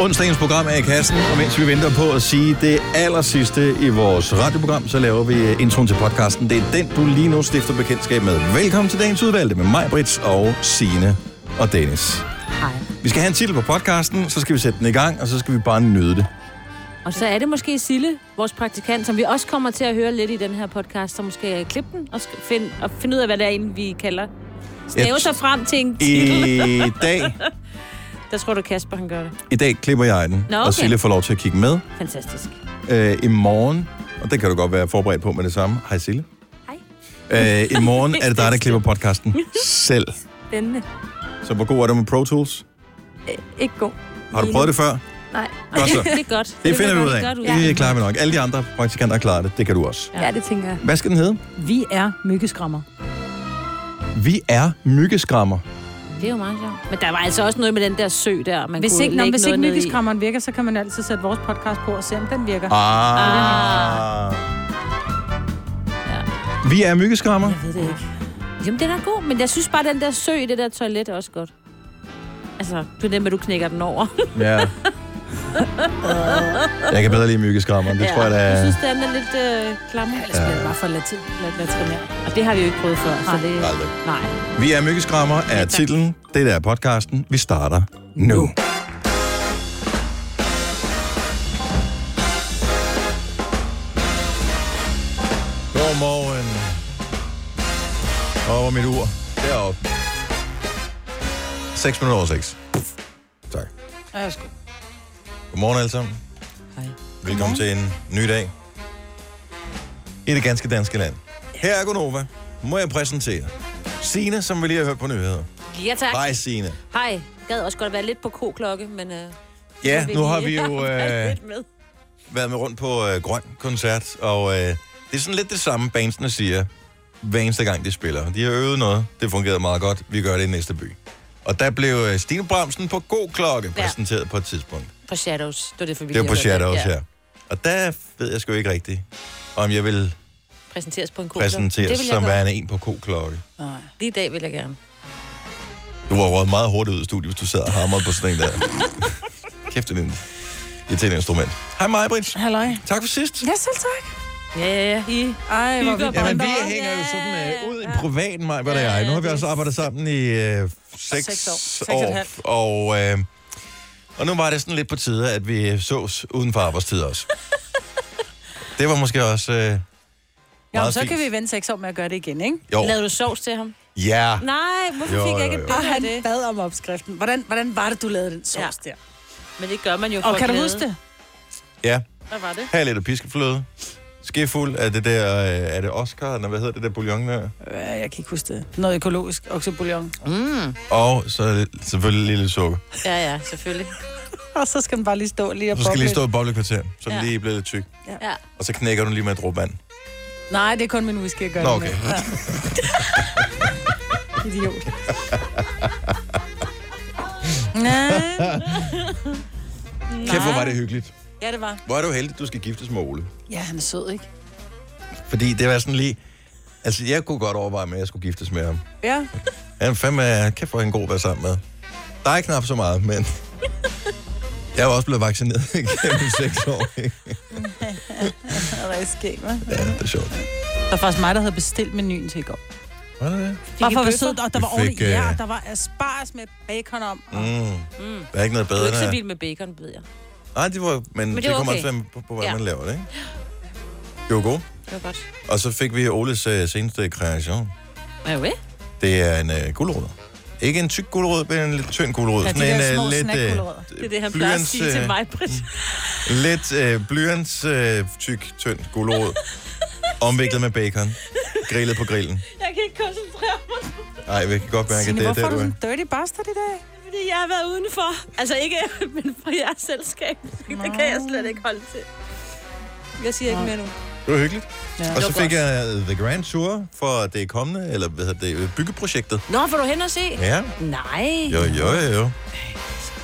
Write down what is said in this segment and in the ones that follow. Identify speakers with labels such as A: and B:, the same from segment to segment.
A: Onsdagens program er i kassen, og mens vi venter på at sige det aller sidste i vores radioprogram, så laver vi øh, introen til podcasten. Det er den, du lige nu stifter bekendtskab med. Velkommen til dagens udvalgte med mig, Brits og Sine og Dennis.
B: Hej.
A: Vi skal have en titel på podcasten, så skal vi sætte den i gang, og så skal vi bare nyde det.
B: Og så er det måske Sille, vores praktikant, som vi også kommer til at høre lidt i den her podcast, så måske klippe den og, sk- find, og finde ud af, hvad det er, egentlig, vi kalder. Stave
A: Jeg-
B: sig frem til en titel.
A: I dag,
B: Der tror du, Kasper han gør det.
A: i dag klipper jeg den,
B: Nå,
A: og
B: okay.
A: Sille får lov til at kigge med
B: Fantastisk.
A: øh, i morgen. Og det kan du godt være forberedt på med det samme. Hej Sille.
B: Hej.
A: Øh, I morgen er det dig, der klipper podcasten selv.
C: Spændende.
A: Så hvor god er du med Pro Tools?
C: Ikke god.
A: Har du
C: Lige
A: prøvet
C: nu.
A: det før?
C: Nej.
A: Godt så.
B: Det er godt.
A: Det finder vi ud af.
B: Godt
A: Det klarer vi nok. Alle de andre praktikanter klarer det. Det kan du også.
C: Ja, det tænker jeg.
A: Hvad skal den hedde?
D: Vi er myggeskrammer.
A: Vi er myggeskrammer.
B: Det er jo meget sjovt. Men der var altså også noget med den der sø der, man
D: Hvis
B: kunne
D: ikke, nå,
B: lægge
D: hvis ikke
B: noget ned i.
D: myggeskrammeren virker, så kan man altid sætte vores podcast på og se, om den virker.
A: Ah.
B: Ja.
A: Vi er myggeskrammer.
D: Jeg ved det ikke.
B: Jamen, den er god, men jeg synes bare, den der sø i det der toilet er også godt. Altså, det er den med, du knækker den over.
A: Ja.
C: Øh,
A: Jeg kan bedre lide myggeskrammer. Det tror jeg, der
B: Jeg
A: er...
B: synes, den er lidt øh, klammer.
D: Ellers bliver Altså, det bare for latin, lat, latrinær.
B: Og det har vi jo ikke prøvet før, så det...
A: Aldrig.
B: Nej.
A: Vi er myggeskrammer er titlen. Det der er podcasten. Vi starter nu. Godmorgen. Over mit ur. Deroppe. 6 minutter over 6. Tak.
D: Ja, jeg skal.
A: Godmorgen alle sammen.
D: Hej.
A: Velkommen til en ny dag i det ganske danske land. Her er Gunova. Må jeg præsentere Sine, som vi lige har hørt på nyheder.
B: Ja, tak.
A: Hej Sine.
B: Hej. Gad også godt være lidt på koklokke, men... Øh,
A: Ja,
B: så vil
A: nu
B: I-
A: har vi jo
B: været
A: øh,
B: lidt med.
A: været med rundt på øh, Grøn Koncert, og øh, det er sådan lidt det samme, bandsene siger, hver eneste gang de spiller. De har øvet noget, det fungerede meget godt, vi gør det i næste by. Og der blev øh, Stine Bramsen på god klokke
B: Ja.
A: præsenteret på et tidspunkt.
B: På Shadows. Det var det, for vi
A: Det var
B: lige har
A: på
B: hørt
A: Shadows her. Og der ved jeg sgu ikke rigtigt, om jeg vil
B: Præsenteres på en koklokke.
A: præsenteres
B: vil jeg
A: som
B: gerne.
A: værende en på k-klokke.
B: Lige i dag vil jeg gerne.
A: Du var røget meget hurtigt ud af studiet, hvis du sad og hamrede på sådan en der. Kæft, det er en irriterende instrument. Hej mig, Brits.
D: Halløj.
A: Tak for sidst.
D: Ja, selv tak.
B: Ja, ja, ja. I
D: Ej, hvor
B: Hygger
D: vi
A: Jamen,
B: Jamen,
A: vi
D: bonder.
A: hænger jo sådan øh, ud i privaten, mig, hvad der er. Nu har vi også arbejdet sammen i øh, seks
D: Seks år. Seks og et
A: år.
D: halvt.
A: Og, øh, og nu var det sådan lidt på tide, at vi sås uden for arbejdstid også. Det var måske også... Øh,
D: Jamen,
A: meget
D: så kan
A: fint.
D: vi vente seks år med at gøre det igen, ikke?
A: jo,
B: Lavede du sovs til ham?
A: ja.
B: Nej, hvorfor
A: Jo,
B: fik
A: jo,
B: jeg ikke
A: jo.
B: et
D: Og Ah,
B: billede af
D: han
B: det?
D: bad om opskriften. Hvordan, hvordan var det, du lavede den sovs ja. der?
B: Men det gør man jo for
D: Og kan du
B: glæde.
D: huske det?
A: Ja,
B: Hvad var det?
A: her er lidt af piskefløde. Skefuld af det der... Øh, er det Oscar? Eller hvad hedder det der bouillon der?
D: Øh, jeg kan ikke huske det. Noget økologisk oksebouillon. Mm.
A: Og så selvfølgelig lidt lidt sukker.
B: Ja, ja, selvfølgelig.
D: Og så skal den bare lige stå lige og
A: Så skal lige
D: boble.
A: stå i boblekvarter, så den
B: Ja.
A: lige er blevet lidt tyk.
B: Ja.
A: Og så knækker du den lige med et dråbe vand.
D: Nej, det er kun min whisky, jeg gør
A: Nå,
D: det
A: okay.
D: med. Idiot. Nej.
A: Kæft, hvor var det hyggeligt.
D: Ja, det var.
A: Hvor er du heldig, du skal giftes med Ole.
D: Ja, han er sød, ikke?
A: Fordi det var sådan lige... Altså, jeg kunne godt overveje, at jeg skulle giftes med ham.
D: Ja.
A: Han er fandme... Kæft, hvor er han god at være sammen med. Der er knap så meget, men... Jeg er jo også blevet vaccineret gennem seks år. ikke?
D: Han er skæg, hva'?
A: ja, det er sjovt.
D: Det var faktisk mig, der havde bestilt menuen til i går.
A: Var det det?
D: Bare for at være
B: bøffer?
D: sød, og der
A: Vi
D: var ordentligt.
A: fik, øh,
D: Ja, og der var asparges med bacon om.
A: Mm. Der er ikke noget
B: Du er
A: bedre,
B: ikke så
A: end... at-
B: vild med bacon, ved jeg.
A: Nej, det var... Men, men det,
B: det var
A: kommer
B: okay.
A: også an på, på, hvad
B: Ja.
A: man laver det, ikke? Det var godt.
B: Det var godt.
A: Og så fik vi Oles øh, seneste kreation.
B: Er du ved?
A: Det er en øh, gulerod. Ikke en tyk gulerod, men en lidt tynd gulerod.
D: Ja, de
A: Sådan
D: der
A: en, øh,
D: små
A: lidt,
D: snackgulerødder.
B: øh, Det er det, han plejer at sige
A: øh,
B: til mig, Britt.
A: Lidt øh, blyants, øh, tyk, tynd gulerod. omviklet med bacon. Grillet på grillen.
B: Jeg kan ikke koncentrere mig,
A: Ej, jeg kan godt mærke, at
D: Signe,
A: det er
D: hvorfor er
A: det,
D: du
A: du er.
D: sådan en dirty bastard i dag?
B: fordi jeg har været udenfor. Altså ikke, men for jeres selskab. Det kan jeg slet ikke holde til. Jeg siger ikke mere nu.
A: Det var hyggeligt.
D: Ja.
A: Og så fik jeg øh, The Grand Tour for det kommende, eller hvad hedder det, øh, byggeprojektet.
B: Nå, får du hen og se?
A: Ja,
B: Nej.
A: jo, jo, jo.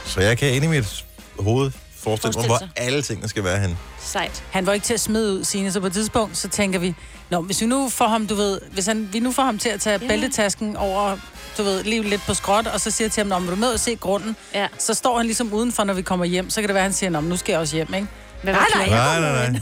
A: Så jeg kan ind i mit hoved Forestil dig,
B: Forestil
A: hvor
B: sig.
A: alle tingene skal være henne.
B: Sejt.
D: Han var ikke til at smide ud, Signe, så på et tidspunkt, så tænker vi, Nå, hvis vi nu får ham, du ved, hvis han, vi nu får ham til at tage
B: Ja.
D: yeah. bæltetasken over, du ved, lige lidt på skråt, og så siger jeg til ham, Nå, vil du med og se grunden?
B: Ja.
D: Så står han ligesom udenfor, når vi kommer hjem, så kan det være, han siger, Nå, men nu skal jeg også hjem, ikke?
B: Hvad var klokken?
A: Nej, nej, nej.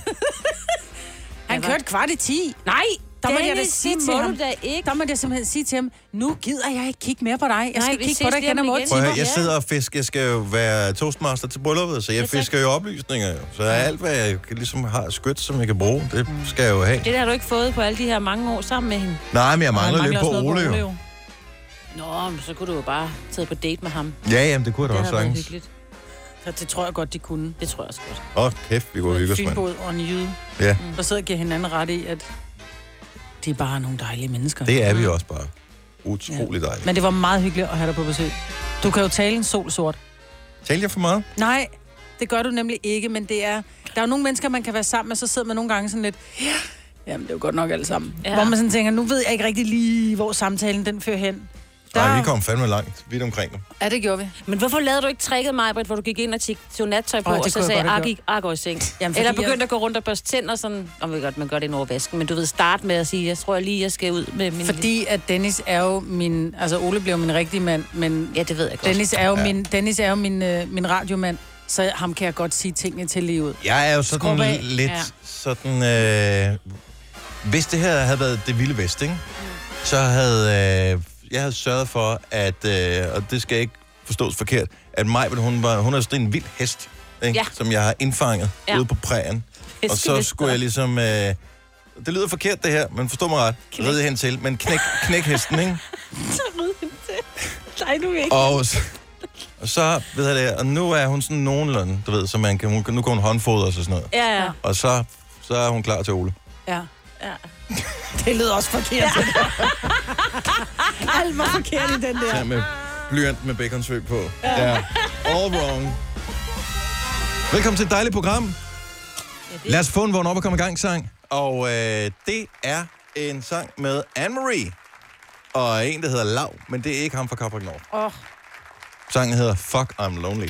D: Han
B: var-
D: kørte kvart i ti.
B: Nej,
D: Der må
B: Dennis,
D: jeg da sige
B: det
D: til
B: må
D: ham.
B: du da ikke.
D: Der må jeg simpelthen sige til ham, nu gider jeg ikke kigge mere på dig. Jeg
B: Nej,
D: skal
B: vi
D: Nej, kigge
B: ses
D: på dig igen
B: lige
D: om
B: om
D: otte
B: lidt.
A: Prøv
D: timer.
A: at
B: Timer,
A: høre, jeg
B: ja.
A: sidder og fisker. Jeg skal jo være toastmaster til brylluppet, så jeg
B: Ja, tak.
A: fisker jo oplysninger. jo. Så alt, hvad jeg kan- ligesom har skødt, som jeg kan bruge, det skal jeg jo have.
B: Det der har du ikke fået på alle de her mange år sammen med hende.
A: Nej, men jeg
D: Og han
A: mangler lidt på
D: også noget
A: Ole, jo.
B: Nå, men så kunne du jo bare tage på date med ham. Det
A: Ja, jamen, det kunne jeg da også
B: havde været
A: sagtens.
B: hyggeligt.
D: Så det tror jeg godt, de kunne.
B: Det tror jeg også godt.
A: Åh, kæft, vi kunne hygge os, mand.
D: Fynbod og en jyde, Mm.
A: Ja,
D: der sidder og giver hinanden ret i, at de er bare nogle dejlige mennesker.
A: det er vi også bare. Utrolig dejligt.
D: Men det var meget hyggeligt at have dig på besøg. Du kan jo tale en sol sort.
A: Talte jeg for meget?
D: Nej, det gør du nemlig ikke, men det er... Der er jo nogle mennesker, man kan være sammen med, så sidder man nogle gange sådan lidt... Ja. Jamen, det er jo godt nok alle sammen.
B: Ja.
D: Ja. Hvor man sådan tænker, nu ved jeg ikke rigtig lige, hvor samtalen den fører hen. Der,
A: Nej, vi kom fandme langt. Vidt omkring dem.
D: Ja, det gjorde vi.
B: Men hvorfor lavede du ikke tricket mig, Britt, hvor du gik ind og tjek- tog nattøj på,
D: Åh, det
B: og så
D: kunne jeg
B: sagde,
D: godt have
B: at gik ah, går i seng?
D: Jamen, fordi
B: Eller begyndte
D: jeg-
B: at gå rundt og børste tænder sådan, om oh, godt, man gør det ind over vasken, men du ved, start med at sige, jeg tror jeg lige, jeg skal ud med min...
D: Fordi at Dennis er jo min... Altså, Ole blev min rigtige mand, men
B: Ja, det ved jeg godt.
D: Dennis er jo,
A: Ja.
D: ja. min, Dennis er jo min, øh, min radiomand, så ham kan jeg godt sige tingene til lige ud.
A: Jeg er jo
D: Skrub
A: sådan
D: af.
A: lidt
B: Ja.
A: sådan... Øh, hvis det her havde været det vilde vest, ikke?
B: Mm.
A: så havde øh, jeg havde sørget for, at... Øh, og det skal ikke forstås forkert, at Maj, hun, var, hun er sådan en vild hest, ikke?
B: Ja.
A: som jeg har indfanget
B: Ja.
A: ja. ude på prægen. Og så skulle jeg ligesom... Øh, det lyder forkert, det her, men forstå mig ret.
B: Knæk.
A: Ride hen til, men knæk, knæk hesten, ikke?
B: Nej, nu ikke.
A: Og så, og så ved jeg det, og nu er hun sådan nogenlunde, du ved, så man kan, hun, nu kan hun håndfodre og sådan noget.
B: Ja, ja.
A: Og så, så er hun klar til Ole.
D: Ja.
B: ja.
D: Det lyder også forkert. Ja. Alt var forkert i den der.
A: Ja, med blyant med baconsvøb på. Ja. All wrong. Velkommen til et dejligt program. Lad os få en vågn op og komme i gang sang. Og øh, det er en sang med Anne-Marie. Og en, der hedder Lav, men det er ikke ham fra Capri Nord.
D: Åh.
A: Sangen hedder Fuck I'm Lonely.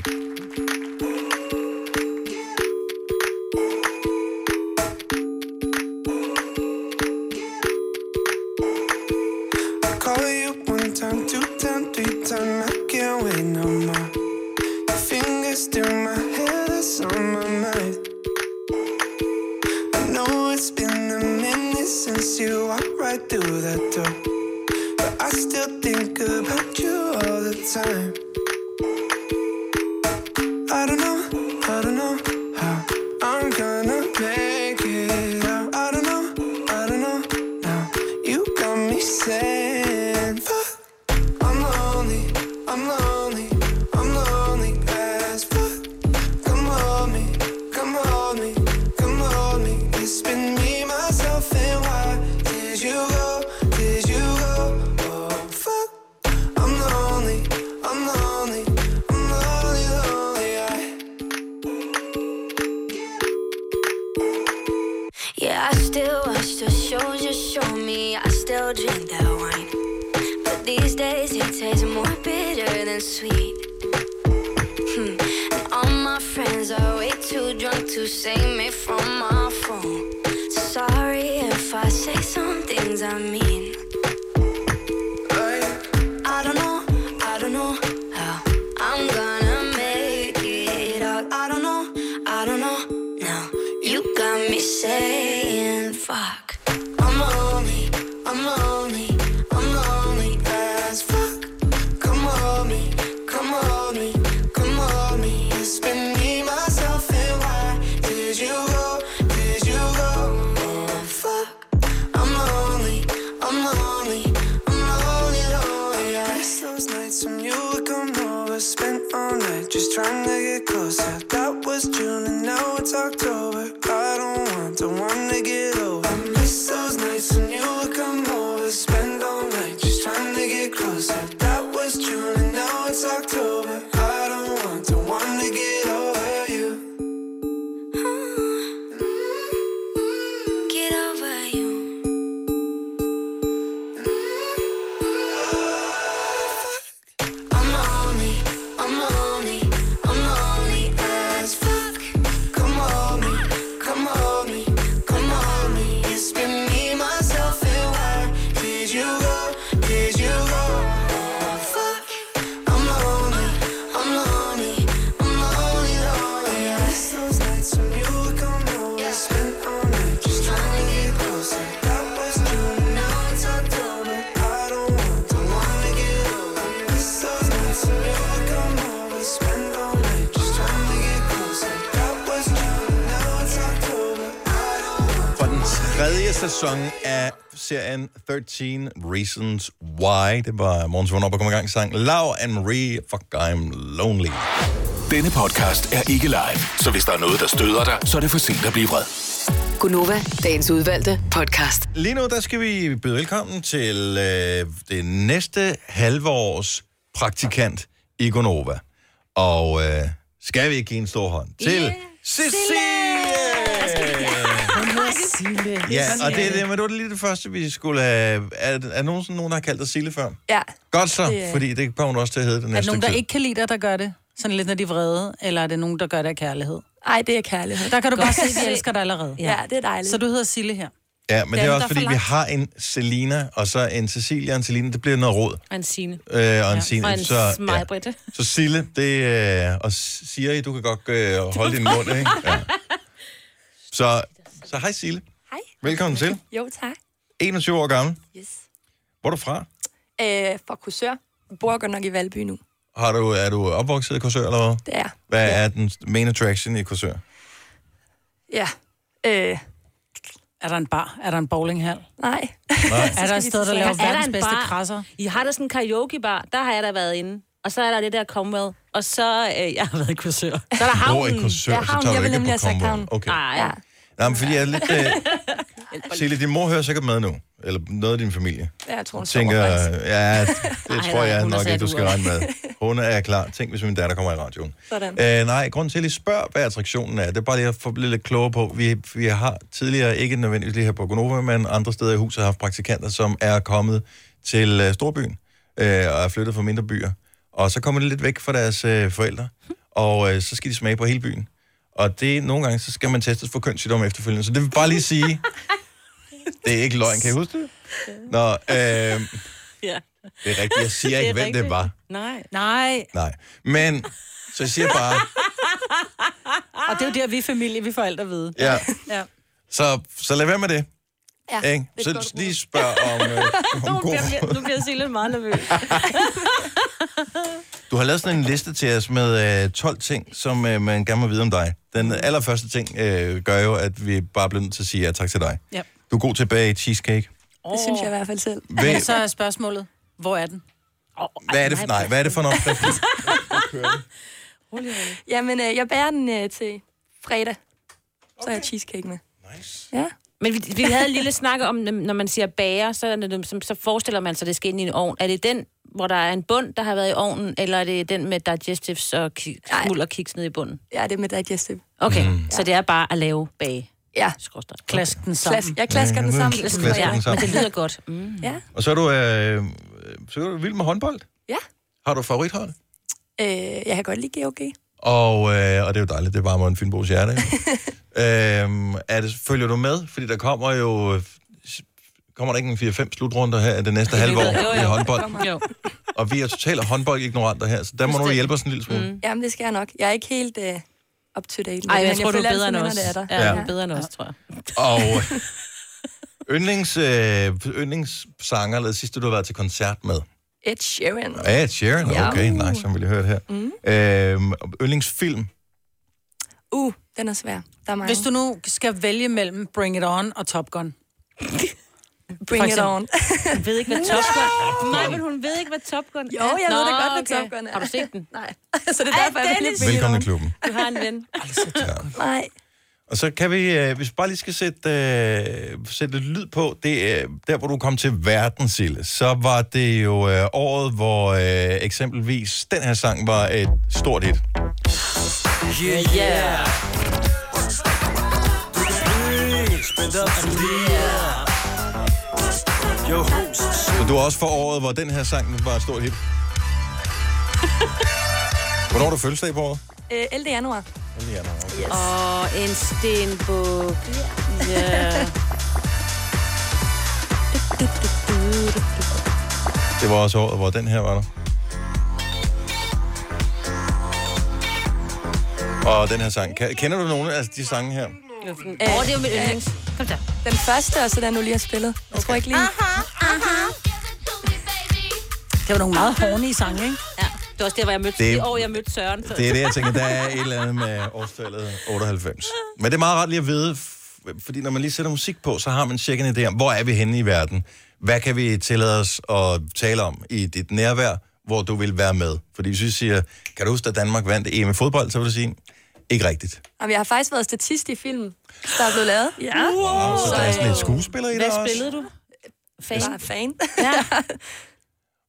C: Call you one time, two time, three time. I can't wait no more. Your fingers through my hair, that's on my mind. I know it's been a minute since you walked right through that door. But I still think about you all the time. I don't know, I don't know how I'm gonna make it out. I don't know, I don't know now. You got me saying, fuck, I'm lonely, I'm lonely, I'm lonely as fuck. Come hold me, come hold me, come hold me. It's been me, myself, and why did you go? Did you go? Oh, fuck. I'm lonely, I'm lonely, I'm lonely, lonely. I
E: Yeah, I still watch your shows you show me. I still drink that wine. But these days it tastes more bitter than sweet. Hmm. And all my friends are way too drunk to save me from my phone. Sorry if I say some things I mean.
C: I
E: I don't know, I don't know how I'm gonna make it out. I don't know, I don't know now. You got me saying fuck.
C: I'm lonely, I'm lonely, I'm lonely as fuck. Come on me, come on me, come on me. It's been me, myself, and why did you go? Did you go? Oh fuck. I'm lonely, I'm lonely, I'm lonely, lonely. I miss those nights when you would come over, spent all night just trying to get closer. That was June and now it's October. I don't want to want to get over. I miss those nights when you would come over, spend all night just trying to get closer. That was June and now it's October. I don't want to want to get over you.
E: Get over you.
C: I'm lonely, I'm lonely, I'm lonely. Oh,
A: Fjerde sæson af serien 13 Reasons Why. Det var Måns Vund op og kom i gang sang Lav and Marie, fuck I'm lonely.
F: Denne podcast er ikke live, så hvis der er noget, der støder dig, så er det for sent at blive vred.
G: Gunova, dagens udvalgte podcast.
A: Lige nu, der skal vi byde velkommen til øh, det næste halve års praktikant i Gonova. Og øh, skal vi ikke give en stor hånd til yeah. Cecilie! Ja, og det er det, men det var lige det første, vi skulle have... Er, er nogen, sådan, nogen, der har kaldt dig Sille før?
H: Ja.
A: Godt så,
D: Det er-
A: fordi det kommer du også til at hedde det
D: Er
A: næste
D: det nogen, der
A: stykke tid.
D: ikke kan lide dig, der gør det? Sådan lidt, når de er vrede, eller er det nogen, der gør det af kærlighed?
H: Ej, det er kærlighed.
D: Der kan du
B: Godt.
D: bare se, at vi elsker dig allerede.
H: Ja, det er dejligt.
D: Så du hedder Sille her.
A: Ja, men det er
D: Dem,
A: også
D: der
A: fordi, vi
D: forlangt.
A: har en Selina, og så en Cecilia og en Selina. Det bliver noget råd.
B: Og en sine.
A: Øh, og en Signe.
B: Og en
A: så, ja.
B: smajbrit.
A: så Sille, det øh, og Siri, du kan godt øh, holde din mund, ikke? Ja. Så, så hej Sille.
H: Hej.
A: Velkommen til.
H: Jo, tak.
A: 21 år gammel.
H: Yes.
A: Hvor er du fra?
H: Øh, fra Kursør. Bor godt nok i Valby nu.
A: Har du, er du opvokset i Korsør, eller hvad?
H: Det er jeg.
A: Hvad er den main attraction i Korsør?
H: Ja. Øh,
D: Er der en bar? Er der en bowlinghal?
H: nej.
A: Nej.
D: Er der et sted, der laver
B: Er der
D: verdens
B: en
D: bedste
B: bar?
D: krasser?
B: I har der sådan en karaokebar, der har jeg da været inde. Og så er der det der Comwell. Og så, øh, jeg har været i kursør. Så er der
A: Hvor i
B: havnen.
A: Korsør,
H: Ja,
A: så
H: havnen.
A: tager
H: Jeg
A: du
H: ville
A: ikke
H: nemlig
A: på
H: have sagt
A: Comwell.
H: havnen.
A: Okay.
B: Nej,
H: Ja.
A: Nej, men fordi jeg er lidt... Øh, Sille, din mor hører sikkert med nu. Eller noget af din familie.
H: Ja, Jeg tror, hun sover,
A: tænker,
H: faktisk.
A: ja, det
B: Ej,
A: tror
B: nej,
A: jeg
B: hun er
A: nok ikke,
B: sat
A: du skal
B: ud.
A: regne med. Hun er klar. Tænk, hvis min datter kommer i radioen.
H: Sådan.
A: Øh, nej, grunden til, at jeg lige spørger, hvad attraktionen er, det er bare lige at få blive lidt klogere på. Vi, vi har tidligere, ikke nødvendigvis lige her på Gonova, men andre steder i huset, haft praktikanter, som er kommet til øh, Storbyen øh, og er flyttet fra mindre byer. Og så kommer de lidt væk fra deres øh, forældre, og øh, så skal de smage på hele byen. Og det nogle gange, så skal man testes for kønssygdom efterfølgende. Så det vil bare lige sige, det er ikke løgn, kan I huske det? Nå, øh,
B: Ja.
A: det er rigtigt. Jeg siger
B: Det er
A: ikke, hvem det
B: rigtigt.
A: var.
B: Nej.
D: Nej,
A: Nej. Men, så jeg siger bare,
D: og det er jo der, vi er familie, vi er forældre ved.
A: ja.
D: Ja.
A: Så, så lad være med det.
H: Ja,
A: Ikke?
H: det er et
A: Så
H: godt
A: lige spørg om, øh, om
B: Nu
A: god...
B: bliver, nu bliver Sille meget nervøs.
A: Du har lavet sådan en liste til os med øh, 12 ting, som øh, man gerne må vide om dig.
H: Mm.
A: Den allerførste ting øh, gør jo, at vi bare bliver nødt til at sige ja tak til dig.
D: Ja.
A: Du er god til at bage cheesecake.
H: råd. Det synes jeg i hvert fald selv.
A: Hvad,
D: Men så er spørgsmålet, hvor er den?
A: hvad, er, det for, nej, hvad er det for en opskrift?
H: Jamen, øh, jeg bærer den øh, til fredag. Så har jeg cheesecake med. Nice. Ja.
B: Men vi, vi havde en lille snak om, nem- når man siger bager, så, er det nem- som- så forestiller man sig, at det skal ind i en ovn. Er det den, hvor der er en bund, der har været i ovnen, eller er det den med digestives og ki-
H: Nej.
B: smuld og kiks ned i bunden?
H: Ja, det er med digestive.
B: Okay, mm. så det er bare at lave bage.
H: Ja.
B: Skorstræk.
D: Klask den sammen.
H: Klas, jeg klasker den sammen.
A: Klasker den
B: Ja,
A: sammen.
B: men det lyder godt. Mm.
H: Ja.
A: Og så er du, øh, så er du vild med håndbold.
H: Ja.
A: Har du favorithold?
H: Øh, jeg kan godt lide GOG.
A: Og, øh, og det er jo dejligt, det varmer en Fynbos hjerte. øhm, er det, følger du med? Fordi der kommer jo... øh, Kommer der ikke en 4-5 slutrunder her i det næste halve år
B: Jo, jo.
A: i håndbold?
B: Jo.
A: Og vi er totalt håndboldignoranter her, så der må du hjælpe os en lille smule. Mm.
H: Jamen, det skal jeg nok. Jeg er ikke helt øh, up to date. med
B: Ej,
H: det,
B: jeg
H: men
B: tror, du
H: føler
B: er bedre end
H: altid,
B: os.
H: når det er der.
B: Ja, du er bedre end os, tror jeg.
A: Og øh, yndlings, øh, yndlingssanger, eller sidste du har været til koncert med?
H: Ed Sheeran.
A: Ja, Sharon. Okay, nice, som vi lige hørte her. Mm. Øhm, yndlingsfilm?
H: Uh, den er svær. Der er mange.
D: Hvis du nu skal vælge mellem Bring It On og Top Gun.
H: Bring
D: for
H: it
D: eksempel-
H: on.
B: Hun ved ikke, hvad Top Gun... Nej, men hun ved ikke, hvad Top Gun
H: Jo, jeg ved da godt, hvad Top Gun er.
B: Har du set den?
H: Nej. så det er
B: Ej,
H: derfor, jeg vil
B: Dennis!
H: bringe
A: Velkommen
H: it
A: i klubben.
B: Du har en ven.
H: on. Nej.
A: Og så kan vi, øh, hvis vi bare lige skal sætte, øh, sætte lidt lyd på, det er der, hvor du kom til verden, Sille, så var det jo øh, året, hvor øh, eksempelvis den her sang var et stort hit. Så du er også for året, hvor den her sang var et stort hit. Hvornår har du fødselsdag på året?
H: Øh, 11. januar.
A: Okay.
B: Og en stenbog. Ja.
A: Det var også året, hvor den her var der. Og den her sang. Kan- Kender du nogen af de sange her?
B: Åh, det er jo mit yndlings. Kom der.
H: Den første, og så den, du lige har spillet. Jeg tror ikke lige...
D: Det var nogle meget hornige sange, ikke?
B: Ja. Det var også der, hvor jeg mødte,
A: Det-
B: det, år, jeg mødte Søren. Så.
A: Det er det, jeg tænker, der er et eller andet med årstallet 98. Men det er meget rart lige at vide, f- fordi når man lige sætter musik på, så har man cirka en idé om, hvor er vi henne i verden? Hvad kan vi tillade os at tale om i dit nærvær, hvor du vil være med? Fordi hvis vi siger, kan du huske, at Danmark vandt EM i fodbold, så vil du sige, ikke rigtigt.
H: Jamen, jeg har faktisk været statist i film, der er blevet lavet.
B: Ja.
A: Wow, så der er sådan
H: øh,
A: lidt skuespiller i
B: Hvad
A: dig også.
B: spillede du? Fan?
H: Jeg er fan.
B: Ja.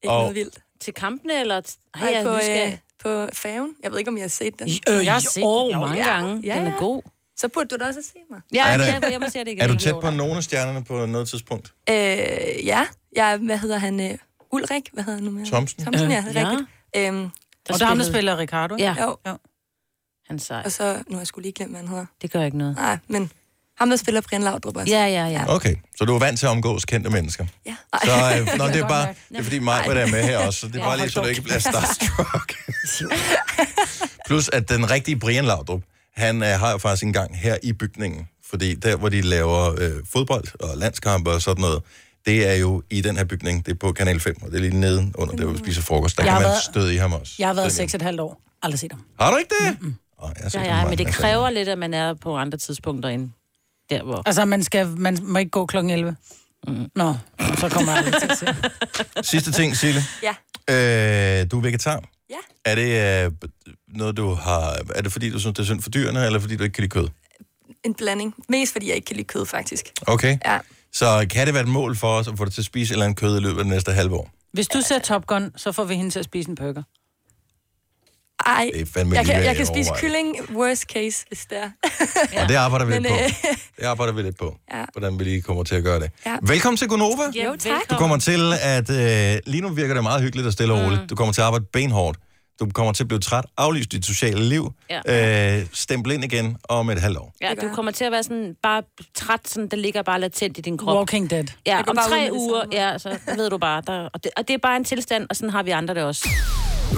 H: Ikke
A: Og-
H: noget vildt.
B: Til kampene, eller? Ej,
H: Nej,
B: jeg,
H: på,
B: husker,
H: øh, på faven. Jeg ved ikke, om I har set den.
B: øh, jeg har set den mange
H: ja.
B: gange.
H: Ja,
B: Den er
H: ja.
B: god.
H: Så burde du da også se mig.
B: Ja,
A: Er
B: jeg,
A: det-
B: jeg, jeg må se det igen.
A: Er du
B: Jeg
A: tæt
B: lover
A: på
B: dig.
A: nogle af stjernerne på noget tidspunkt?
H: Øh, ja, jeg, er- hvad hedder han? Øh, Ulrik, hvad hedder han nu? mere?
A: Thomsen?
H: Thomsen, ja, det
B: Ja.
H: er rigtigt. Øhm,
D: Og der er ham, der
B: spillede-
D: spiller Ricardo. ikke?
B: Ja,
H: jo,
B: han er sej.
H: og så, nu har jeg sgu lige glemt, hvad han hedder.
B: Det gør ikke noget.
H: Nej, men ham, der spiller Brian Laudrup også.
B: Ja, ja, ja.
A: Okay, så du er vant til at omgås kendte mennesker.
H: ja.
A: Så, øh, nå, det er bare, det er fordi mig var der med her også, så det er bare lige, så du ikke bliver starstruck. Plus, at den rigtige Brian Laudrup, han øh, har jo faktisk en gang her i bygningen, fordi der, hvor de laver øh, fodbold og landskampe og sådan noget, det er jo i den her bygning, det er på Kanal 5, og det er lige nede under, der hvor vi spiser frokost, der
D: Jeg
A: kan
D: har
A: man
D: været-
A: støde i ham også.
D: Jeg har været
A: Støde i ham.
D: 6,5 år. Aldrig set ham.
A: Har du ikke det? Mm-hmm. Oh, jeg har
B: Ja,
A: set ham
B: ja,
A: mange
B: men det
A: gange.
B: kræver lidt, at man er på andre tidspunkter end der, hvor...
D: Altså, man, skal, man må ikke gå kl. 11. Mm. Nå, så kommer jeg aldrig til at se.
A: Sidste ting, Sille.
H: Ja.
A: Øh, du er vegetar.
H: Ja.
A: Er det øh, noget, du har... Er det fordi, du synes, det er synd for dyrene, eller fordi du ikke kan lide kød?
H: En blanding. Mest fordi jeg ikke kan lide kød, faktisk.
A: Okay.
H: Ja.
A: Så kan det være et mål for os at få dig til at spise et eller andet kød i løbet af det næste halve år?
D: Hvis du ser Top Gun, så får vi hende til at spise en burger.
H: Ej,
A: Det er fandme
H: jeg kan,
A: lige
H: jeg kan spise
A: overvejet.
H: kylling, worst case, hvis det er.
A: Og det arbejder vi
H: Men,
A: lidt på.
H: øh,
A: Det arbejder vi lidt på,
H: Ja.
A: hvordan vi lige kommer til at gøre det.
H: Ja.
A: Velkommen til Gonova.
B: Ja,
H: Jo, tak.
A: Du kommer til at... Øh, lige nu virker det meget hyggeligt og stille
H: Mm.
A: og roligt. Du kommer til at arbejde benhårdt. Du kommer til at blive træt, aflyse dit sociale liv, ja. øh, stemple ind igen om et halvt år.
B: Ja,
H: Det gør
B: du
H: jeg.
B: kommer til at være sådan bare træt, sådan, der ligger bare latent i din krop.
D: Walking Dead.
B: Ja,
H: Jeg går
B: om
H: bare ud
B: tre
H: med det
B: uger,
H: samme.
B: ja, så ved du bare. Der, og, det, og det er bare en tilstand, og sådan har vi andre det også.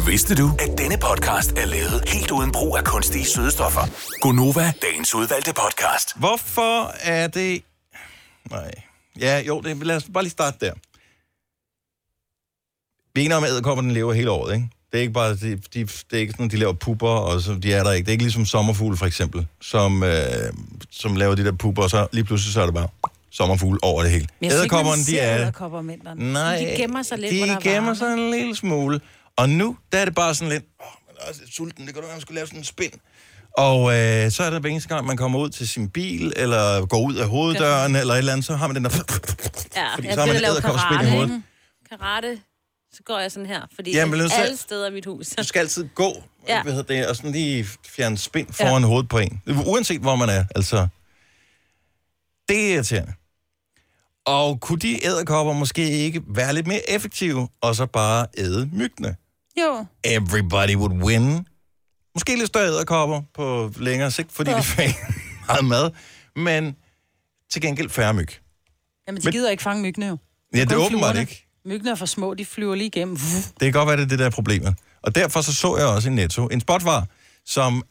F: Vidste du, at denne podcast er lavet helt uden brug af kunstige sødestoffer? Gonova, dagens udvalgte podcast.
A: Hvorfor er det... Nej. Ja, jo, det, lad os bare lige starte der. Vi er enige om, at æderkopperne lever hele året, ikke? Det er ikke bare, de, de, det er ikke sådan, at de laver pupper, og så, de er der ikke. Det er ikke ligesom sommerfugle, for eksempel, som, øh, som laver de der pupper, og så lige pludselig så er det bare sommerfugle over det hele. Æderkopperne, de er...
D: Æderkopper om vinteren.
A: Nej,
B: De gemmer sig lidt, hvor der
A: de
B: er
A: gemmer
B: varme.
A: sig en lille smule. Og nu, der er det bare sådan lidt, åh, man er også lidt sulten, det kan du være, man skulle lave sådan en spind. Og øh, så er der hver eneste gang, man kommer ud til sin bil, eller går ud af hoveddøren, eller et eller andet, så har man den der...
B: Ja,
A: Fordi
B: jeg
A: så har
B: begynder at
A: man et
B: lave
A: æderkopspind i
B: karate,
A: hovedet.
B: Karate, så går jeg sådan her, fordi
A: Jamen,
B: Jamen,
A: så-
B: alle steder i mit hus.
A: Du skal altid gå, ja.
B: Ja.
A: hvad hedder det, og sådan lige fjerne spind foran ja. hovedet på en. Uanset hvor man er, altså. Det er irriterende. Og kunne de æderkopper måske ikke være lidt mere effektive, og så bare æde myggene?
D: Jo.
A: everybody would win. Måske lidt større æderkopper på længere sigt, fordi ja. de fik meget mad, men til gengæld færre myg.
D: Jamen, de
A: Men-
D: gider ikke fange myggene jo.
A: Ja, det
D: Kun
A: er åbenbart
D: fluerne.
A: ikke.
D: Myggene er for små, de flyver lige igennem.
A: Det kan godt være, det er det, der er problemet. Og derfor så, så jeg også i Netto en spotvar, som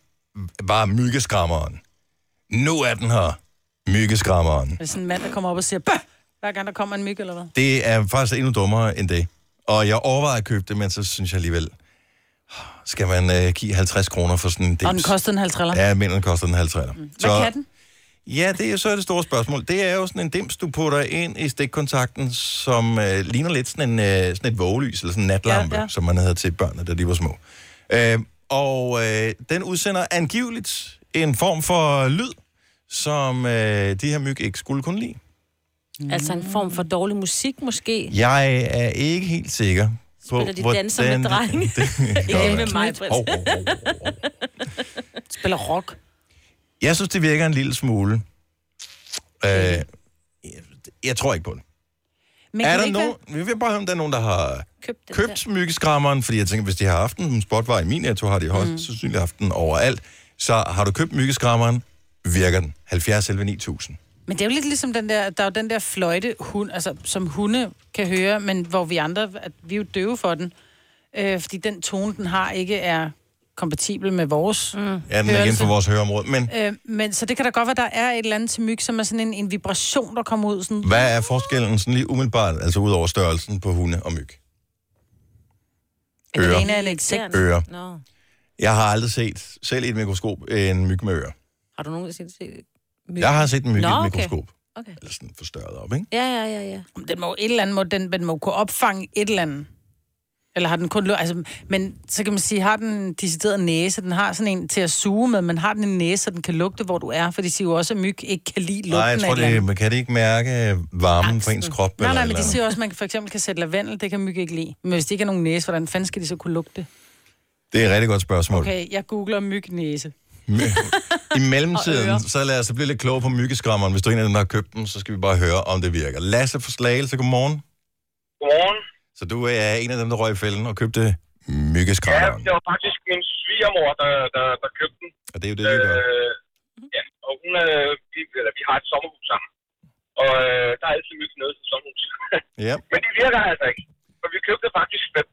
A: var myggeskrammeren. Nu er den her, myggeskrammeren.
D: Det er sådan en mand, der kommer op og siger, Bøh! hver gang der kommer en myg, eller hvad?
A: Det er faktisk endnu dummere end det. Og jeg overvejede at købe det, men så synes jeg alligevel, skal man øh, give 50 kroner for sådan en dims?
D: Og den kostede en halv triller.
A: Ja, jeg mener, den koster den 50. Mm.
D: Hvad kan den?
A: Ja, det er så det store spørgsmål. Det er jo sådan en dims, du putter ind i stikkontakten, som øh, ligner lidt sådan, en, øh, sådan et vågelys, eller sådan en natlampe, ja,
D: Ja,
A: ja.
D: ja.
A: som man havde til børnene, da de var små. Øh, og øh, den udsender angiveligt en form for lyd, som øh, de her myg ikke skulle kunne lide.
B: Altså en form for dårlig musik, måske.
A: Jeg er ikke helt sikker på,
B: Spiller de danser med drenge?
A: Det, det,
B: Ikke med mig,
A: Hov,
B: Britt.
A: hov, hov, hov, hov.
D: Spiller rock.
A: Jeg synes, det virker en lille smule. Øh, jeg, jeg tror ikke på det.
D: Men
A: Er
D: kan det
A: der
D: ikke
A: nogen, vi vil bare høre, om der er nogen, der har
B: Køb den
A: købt myggeskrammeren, fordi jeg tænker, hvis de har haft den, spot var i min netto, har de højst mm. sandsynligt haft den overalt. Så har du købt myggeskrammeren, virker den. 70 11 9000.
D: være- Men det er jo lidt ligesom den der, der er jo den der fløjte, hund, altså, som hunde kan høre, men hvor vi andre, at vi er jo døve for den. Øh, fordi den tone, den har, ikke er kompatibel med vores. Mm.
A: Er den igen
D: Hørelse.
A: for vores høreområde? Men
D: Øh, men så det kan da godt være, der er et eller andet til myg, som er sådan en, en vibration, der kommer ud. Sådan,
A: hvad er forskellen sådan lige umiddelbart, altså ud over størrelsen på hunde og myg?
D: Den
A: Ører.
D: ene er en insekt.
A: Ører.
B: Nå.
A: Jeg har aldrig set, selv i et mikroskop, en myg med ører.
B: Har du nogensinde set
A: Jeg har set den med
B: Nå,
A: et
B: okay.
A: mikroskop.
B: Okay.
A: Eller sådan forstørret op, ikke?
B: Ja, ja, ja, ja.
D: Den må jo et eller andet, må, den, den må jo kunne opfange et eller andet. Eller har den kun... lu- Altså, men så kan man sige, har den en decideret næse? Den har sådan en til at suge med, men har den en næse, så den kan lugte, hvor du er? For de siger jo også, at myg ikke kan lide lugten
A: Nej, jeg tror,
D: af et eller
A: det,
D: andet.
A: man kan det ikke mærke varmen på
D: Angsten.
A: ens krop.
D: Nej, nej,
A: eller
D: men de
A: eller-
D: siger også, at man for eksempel kan sætte lavendel, det kan myg ikke lide. Men hvis de ikke har nogen næse, hvordan fanden skal de så kunne lugte?
A: Det er et rigtig godt spørgsmål.
D: Okay, jeg googler mygnæse.
A: I mellemtiden, så lad os blive lidt klogere på myggeskrammeren. Hvis du er en af dem, der har købt den, så skal vi bare høre, om det virker. Lasse fra Slagelse, godmorgen.
I: Godmorgen.
A: Så du er en af dem, der røg i fælden og købte
I: Ja,
A: myggeskrammeren.
I: det var faktisk min svigermor, der, der, der købte den.
A: Og det er jo det, vi gør.
I: Øh, ja, og hun, øh, vi, eller, vi har et sommerhus sammen. Og øh, der er altid myg nede til sommerhus.
A: Ja,
I: Men det virker altså ikke. For vi købte faktisk fem.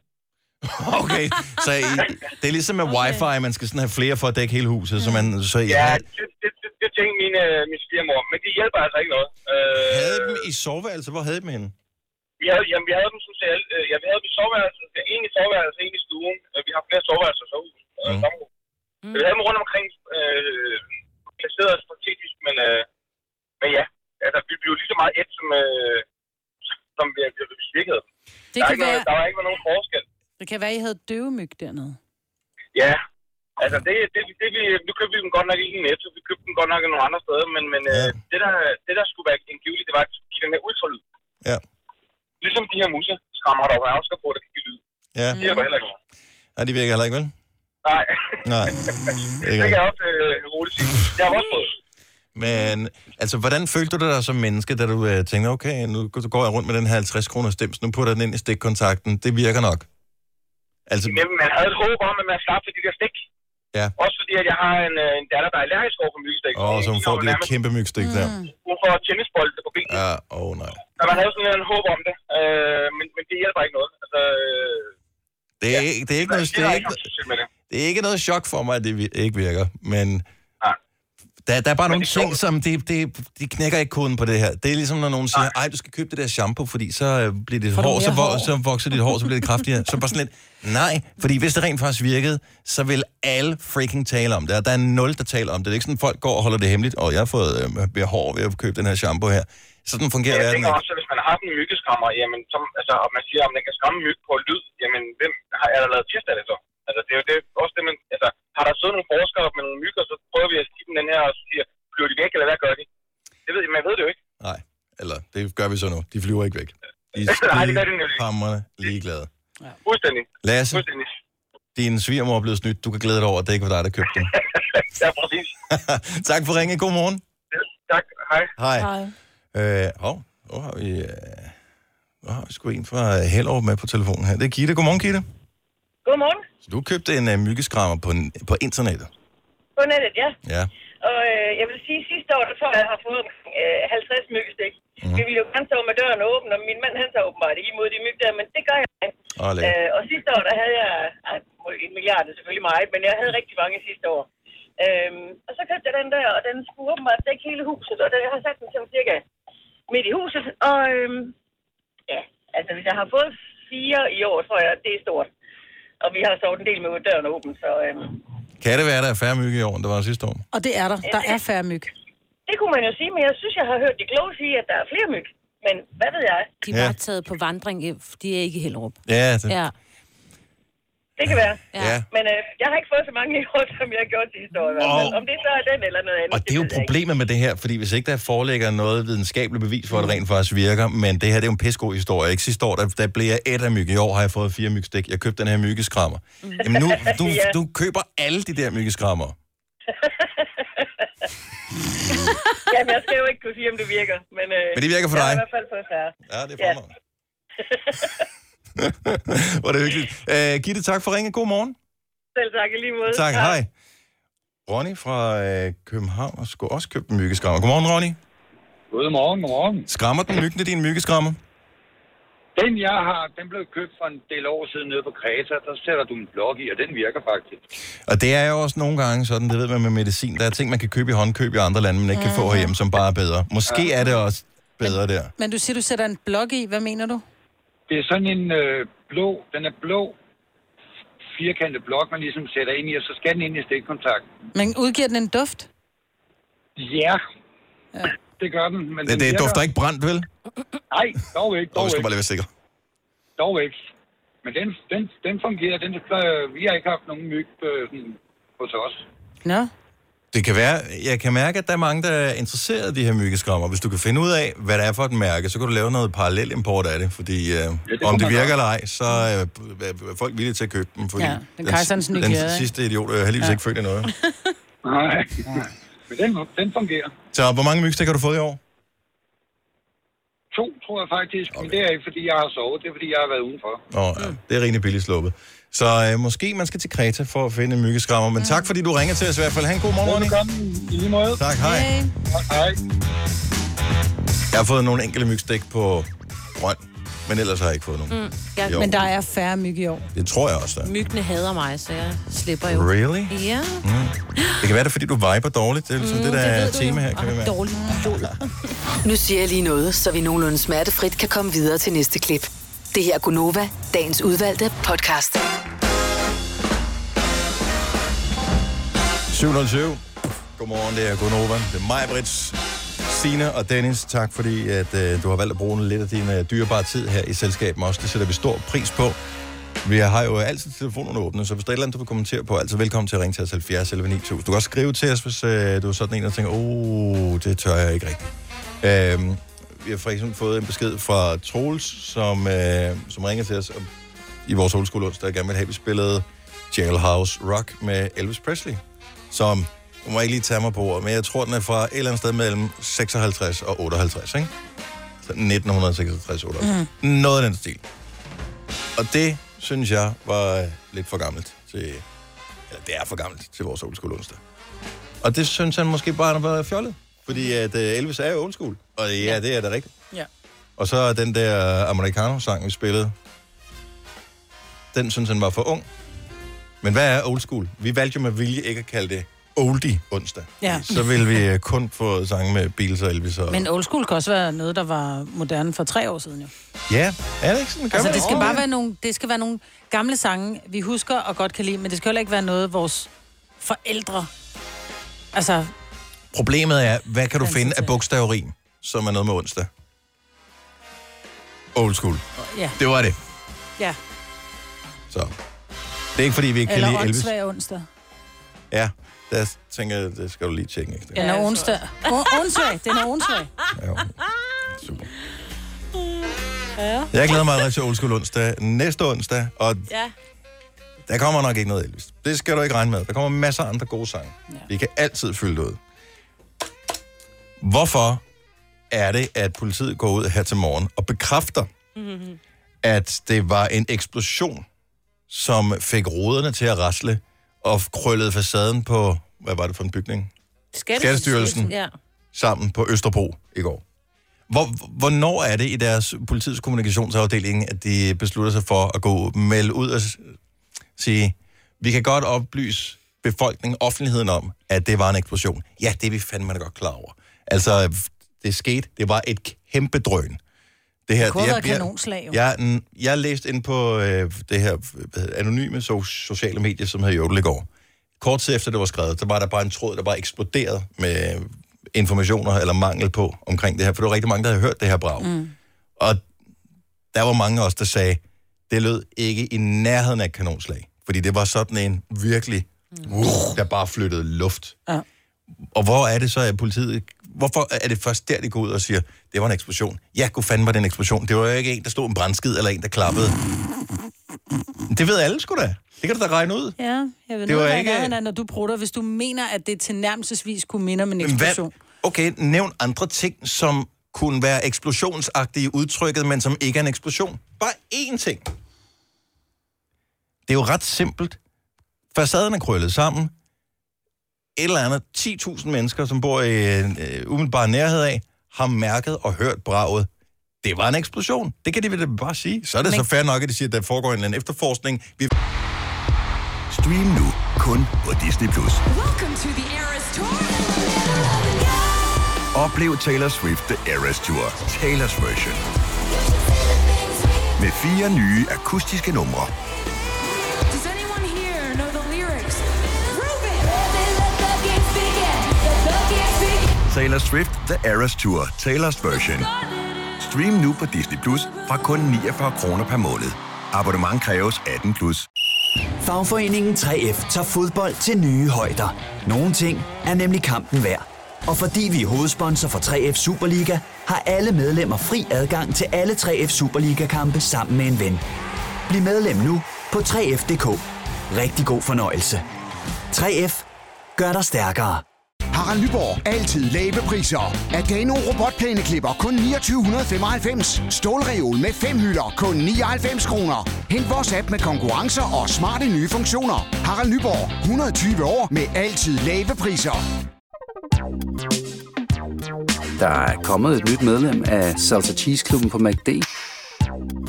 A: okay. Så I, det er ligesom med wifi, man skal sådan have flere for at dække hele huset. Så, man, så I
I: Ja,
A: havde,
I: det, det, det, det tænkte min, øh, min svigermor. Men det hjælper altså ikke noget. Øh,
A: havde dem i soveværelset. Hvor havde I dem henne?
I: vi, havde, jamen, vi havde dem sådan set. alle- Øh, ja, vi havde dem i soveværelset. Ja, en i soveværelset, en i stuen. Øh, Vi har flere soveværelser og sovehus. Øh,
A: Mm.
I: sommerhus.
B: Mm.
I: Så vi havde dem rundt omkring øh, placeret os strategisk, men, øh, men ja, altså, vi blev lige så meget et, som, øh, som vi, vi, vi svikkede.
D: Det
I: Der, er
D: kan
I: ikke noget,
D: være,
I: der var ikke nogen forskel.
D: det kan være, I havde døve myg dernede.
I: Ja, altså det, det, det, vi, nu købte vi dem godt nok ikke i Netto, vi købte dem godt nok nogle andre steder, men, men
A: Ja.
I: ja. øh, det, der, det der skulle være angiveligt, det var, at de skulle give den her ultralyd.
A: Ja.
I: Ligesom de her musse skrammer, der var også på, der kan give lyd.
A: Ja,
I: Det hjælper heller ikke. noget.
A: Nej, de virker heller ikke, vel?
I: Nej,
A: Nej, det
I: det
A: er
I: kan
A: ikke
I: jeg også øh, roligt sige. Jeg har også prøvet.
A: Men altså, hvordan følte du dig som menneske, da du øh, tænkte, okay, nu går jeg rundt med den her 50 kroner stems, nu putter jeg den ind i stikkontakten, det virker nok. Altså,
I: Men man havde et håb om, at man slap for de der stik.
A: Ja.
I: Også fordi, at jeg har en, øh, en datter, der er allergisk over for myggestik.
A: og så hun får det der kæmpe mygstik der.
I: Hun får tennisbolde på benene.
A: Ja, åh oh, nej.
I: Så man havde sådan en håb om det, øh, men, men det hjælper ikke noget. Altså, øh,
A: Det er, ikke, det, er ikke noget, det,
I: der
A: er
I: er
A: ikke,
I: nogen succes med det.
A: det er ikke noget chok for mig, at det vi- ikke virker, men...
I: Nej.
A: Der, der er bare nogle
I: det er sjovt.
A: ting, som de, de, de knækker ikke koden på det her. Det er ligesom, når nogen siger, ej, du skal købe det der shampoo, fordi så øh, bliver dit
D: du
A: hår, så,
D: mere
A: hår.
D: hår?"
A: så vokser dit hår, så bliver det kraftigere. Så bare sådan lidt, nej, fordi hvis det rent faktisk virkede, så vil alle freaking tale om det, og der er nul, der taler om det. Det er ikke sådan, folk går og holder det hemmeligt, og jeg har fået øh, mere hår ved at købe den her shampoo her. Sådan fungerer
I: Jeg
A: verden
I: tænker
A: ikke.
I: også, at hvis man har sådan en myggeskrammer, jamen, som, altså, og man siger, at man kan skræmme myg på lyd, jamen, hvem har, er der lavet test af det så? Altså, det er jo det, også det, man, altså, har der siddet nogle forskere med nogle myg, og så prøver vi at give dem den her, og så siger, flyver de væk, eller hvad gør de? Det ved, man ved det jo ikke.
A: Nej, eller det gør vi så nu. De flyver ikke væk. De
I: Nej, det gør
A: er
I: de nemlig.
A: hamrende ligeglade.
I: Fuldstændig.
A: Lasse,
I: Fuldstændig.
A: din svigermor er blevet snydt. Du kan glæde dig over, at det ikke var dig, der købte den.
I: Ja, præcis.
A: tak for ringen. God morgen.
I: Tak. Hej.
A: Hej.
J: Hej.
A: Øh, hov, nu har vi... Øh, nu har vi sgu en fra Hellerup med på telefonen her. Det er Gitte. Godmorgen, Gitte.
K: Godmorgen.
A: Så du købte en øh, myggeskrammer på, n- på internettet.
K: På nettet, er ja.
A: Ja.
K: Og øh, jeg vil sige, sidste år, der tror jeg, jeg har fået omkring, øh, 50 myggestik.
A: Mhm.
K: Mm. Vi ville jo gerne stå med døren åben, og min mand, han tager åbenbart ikke imod de myg der, men det gør jeg.
A: Og Ah, lækkert.
K: Øh, og sidste år, der havde jeg, ej, en milliard er selvfølgelig meget, men jeg havde rigtig mange sidste år. Øhm, og så købte jeg den der, og den skulle åbenbart dække hele huset, og den, jeg har sat den sådan cirka midt i huset. Og øhm, ja, altså hvis jeg har fået fire i år, tror jeg, det er stort. Og vi har sovet en del med døren åben, så øhm,
A: Kan det være, der er færre mygge i år, end der var sidste år?
D: Og det er der. Der er færre myg.
K: Det kunne man jo sige, men jeg synes, jeg har hørt de kloge sige, at der er flere myg. Men hvad ved jeg?
B: De er
A: Ja.
B: bare taget på vandring. i- De er ikke i Hellerup.
A: Ja, det,
B: Ja.
K: Det kan være.
A: ja.
K: Men øh, jeg har ikke fået så mange i år, som jeg har gjort sidste år. i hvert fald.
A: Og-
K: Om det så er den eller noget andet.
A: Og det er jo
K: ved jeg ikke.
A: problemet med det her, fordi hvis ikke der foreligger noget videnskabeligt bevis for, at det rent faktisk virker, men det her det er jo en pissegod historie. Ikke sidste år, der, der blev jeg et af myg. I år har jeg fået fire mygstik. Jeg købte den her myggeskrammer. Mm. Jamen nu, du,
K: Ja.
A: du køber alle de der myggeskrammer.
K: Jamen, jeg skal jo ikke kunne sige, om det virker. Men, øh,
A: Men det virker for
K: jeg har
A: dig.
K: i hvert fald fået færre.
A: Ja, det er fremragende. Hvor er det hyggeligt. Øh, Gitte, tak for ringen. God morgen.
K: Selv tak i lige måde.
A: Tak, hej. Ronny fra øh, København har sgu også købt en myggeskrammer. Godmorgen, Ronny.
I: Godmorgen, godmorgen.
A: Skrammer den myggene, din myggeskrammer?
I: Den, jeg har, den blev købt for en del år siden nede på Kreta. Der sætter du en blok i, og den virker faktisk.
A: Og det er jo også nogle gange sådan, det ved man med medicin, der er ting, man kan købe i håndkøb i andre lande, man ikke kan få herhjemme, som bare er bedre. Måske er det også bedre der.
D: Men du siger, du sætter en blok i. Hvad mener du?
I: Det er sådan en øh, blå, den er blå firkantet blok, man ligesom sætter ind i, og så skal den ind i stikkontakt.
D: Men udgiver den en duft?
I: Ja, Det gør den, men
A: Det,
I: den
A: det
I: virker.
A: dufter ikke brændt, vel?
I: Nej, dog ikke,
A: Nå,
I: dog
A: vi skal
I: ikke,
A: bare lige være sikre.
I: dog ikke. Men den, den, den fungerer, den, øh, vi har ikke haft nogen myg øh, sådan hos os.
D: Nå.
A: Det kan være, jeg kan mærke, at der er mange, der er interesseret i de her myggeskrammer. Hvis du kan finde ud af, hvad det er for et mærke, så kan du lave noget parallel import af det, fordi øh, ja, det
I: kunne
A: om det
I: man
A: virker
I: godt.
A: eller ej, så øh, er folk villige til at købe dem, fordi
I: Ja,
A: ja,
I: den
A: den,
I: kejserens nye
A: den,
I: klæder, ikke?
A: sidste idiot øh, har lige ja.
I: Ja.
A: ikke følt noget.
I: Nej. Men den, den fungerer.
A: Så hvor mange mygstik har du fået i år?
I: To, tror jeg faktisk. Okay. Men det er ikke, fordi jeg har sovet. Det er, fordi jeg har været udenfor.
A: Nå,
I: Mm.
A: ja, det er rimelig billigt sluppet. Så øh, måske man skal til Kreta for at finde en myggeskrammer,
I: Mm.
A: men tak fordi du ringer til os i hvert fald. Ha' en god morgen, Ronny.
I: I lige måde.
A: Tak, hej.
I: Hej.
A: Jeg har fået nogle enkelte mygstik på grøn, men ellers har jeg ikke fået nogen.
B: Mm, ja,
A: Jo.
D: Men der er færre myg i år.
A: Det tror jeg også, der er.
B: Myggene hader mig, så jeg slipper jo.
A: Really?
B: Ja.
A: Mm. Det kan være, det er, fordi du viber dårligt. Det er ligesom mm, det, der er tema her, kan vi mærke.
B: Dårlig
G: Nu siger jeg lige noget, så vi nogenlunde smertefrit kan komme videre til næste klip. Det her er Gunova, dagens udvalgte podcast.
A: 707. Godmorgen, det er Gunova. Det er mig, Brits, Sina og Dennis. Tak fordi, at øh, du har valgt at bruge lidt af din øh, dyrebare tid her i selskab med os. Det sætter vi stor pris på. Vi har jo altid telefonerne åbne, så hvis der er et eller andet, du vil kommentere på, altså velkommen til at ringe til os 70 11 9000. Du kan også skrive til os, hvis øh, du er sådan en, der tænker, åh, det tør jeg ikke rigtigt. Øhm, vi har for eksempel fået en besked fra Troels, som, øh, som ringer til os om- i vores old school onsdag, der gerne vil have, at vi spillede Jailhouse Rock med Elvis Presley, som, nu må jeg ikke lige tage mig på ordet, men jeg tror, den er fra et eller andet sted mellem 56 og 58, ikke? Så 1956 58 mm. Noget af den stil. Og det, synes jeg, var øh, lidt for gammelt til... Eller det er for gammelt til vores old school onsdag. Og det synes han måske bare var fjollet. Fordi at øh, Elvis er jo old school. Og ja, ja. det er det rigtigt.
D: Ja.
A: Og så er den der Americano-sang, vi spillede, den synes han var for ung. Men hvad er old school? Vi valgte jo med vilje ikke at kalde det oldie onsdag.
D: Ja.
A: Så ville vi øh, kun få sange med Beatles og Elvis. Og...
D: Men old school kan også være noget, der var moderne for tre år siden jo.
A: Ja, er det ikke sådan? Gør
D: Altså,
A: man
D: det skal
A: overhovedet
D: bare være nogle, det skal være nogle gamle sange, vi husker og godt kan lide, men det skal heller ikke være noget, vores forældre... Altså,
A: Problemet er, hvad kan du finde af bogstaverim, som er noget med onsdag? Old school.
D: ja.
A: Det var det.
D: ja.
A: Så. Det er ikke, fordi vi ikke kan
D: Eller
A: lide Elvis.
D: åndssvag onsdag.
A: Ja, der tænker jeg, det skal du lige tjekke ekstra.
D: Ja, ja onsdag. O- Åndssvag, den er åndssvag. Ja.
A: Jeg glæder mig allerede til Old School onsdag næste onsdag, og
B: Ja.
A: der kommer nok ikke noget Elvis. Det skal du ikke regne med. Der kommer masser af andre gode sange. Ja. Vi kan altid fylde det ud. Hvorfor er det, at politiet går ud her til morgen og bekræfter, at det var en eksplosion, som fik ruderne til at rasle og krøllede facaden på, hvad var det for en bygning? Skattestyrelsen.
B: Ja.
A: sammen på Østerbro i går. Hvor, hvornår er det i deres politiets kommunikationsafdeling, at de beslutter sig for at gå melde ud og s- sige, vi kan godt oplyse befolkningen, offentligheden om, at det var en eksplosion. Ja, det er vi fandme da godt klar over. Altså, det skete. Det var et kæmpe drøn. Det her,
D: Det kunne have
A: jeg-
D: været kanonslag, jo.
A: Jeg, jeg, jeg læste ind på øh, det her hvad hedder det, anonyme so, sociale medier, som hed Jodel i går. Kort tid efter det var skrevet, der var der bare en tråd, der bare eksploderede med informationer eller mangel på omkring det her, for der var rigtig mange, der havde hørt det her brag. Mm. Og der var mange af os, der sagde, det lød ikke i nærheden af et kanonslag, fordi det var sådan en virkelig, uh, der bare flyttede luft.
D: Ja.
A: Og hvor er det så, at politiet... Hvorfor er det først der, de går ud og siger, det var en eksplosion? Ja, kunne fanden var det en eksplosion. Det var jo ikke en, der stod en brandskid eller en, der klappede. Det ved alle sgu da. Det kan du da regne ud.
D: Ja, jeg ved
A: Det var
D: noget,
A: ikke-
D: ikke... Af, når du prutter, hvis du mener, at det tilnærmelsesvis kunne minde om en
A: Men hvad-
D: eksplosion.
A: Okay, nævn andre ting, som kunne være eksplosionsagtige i udtrykket, men som ikke er en eksplosion. Bare én ting. Det er jo ret simpelt. Facaden er krøllet sammen. Et eller andet 10.000 mennesker, som bor i en øh, umiddelbar nærhed af, har mærket og hørt braget. Det var en eksplosion. Det kan de vel bare sige. Så er det men...
F: Men-
A: så fair nok, at de siger, at der foregår en eller anden efterforskning. Vi...
F: Stream nu kun på Disney+. Plus.
L: Welcome to the Eras Tour.
F: Oplev Taylor Swift The Eras Tour, Taylor's version. Med fire nye akustiske numre.
L: Does anyone here know the lyrics? Ruben!
M: Taylor Swift The Eras Tour, Taylor's version. Stream nu på Disney Plus fra kun 49 kroner per måned. Abonnement kræves 18 plus.
N: Fagforeningen 3F tager fodbold til nye højder. Nogle ting er nemlig kampen værd. Og fordi vi er hovedsponsor for 3F Superliga, har alle medlemmer fri adgang til alle 3F Superliga-kampe sammen med en ven. Bliv medlem nu på 3F.dk. Rigtig god fornøjelse. 3F gør dig stærkere.
O: Harald Nyborg. Altid lave priser. Adano robotplæneklipper kun 2995. Stålreol med fem hylder kun 99 kroner. Hent vores app med konkurrencer og smarte nye funktioner. Harald Nyborg. 120 år med altid lave priser.
P: Der er kommet et nyt medlem af Salsa Cheese Klubben på MACD.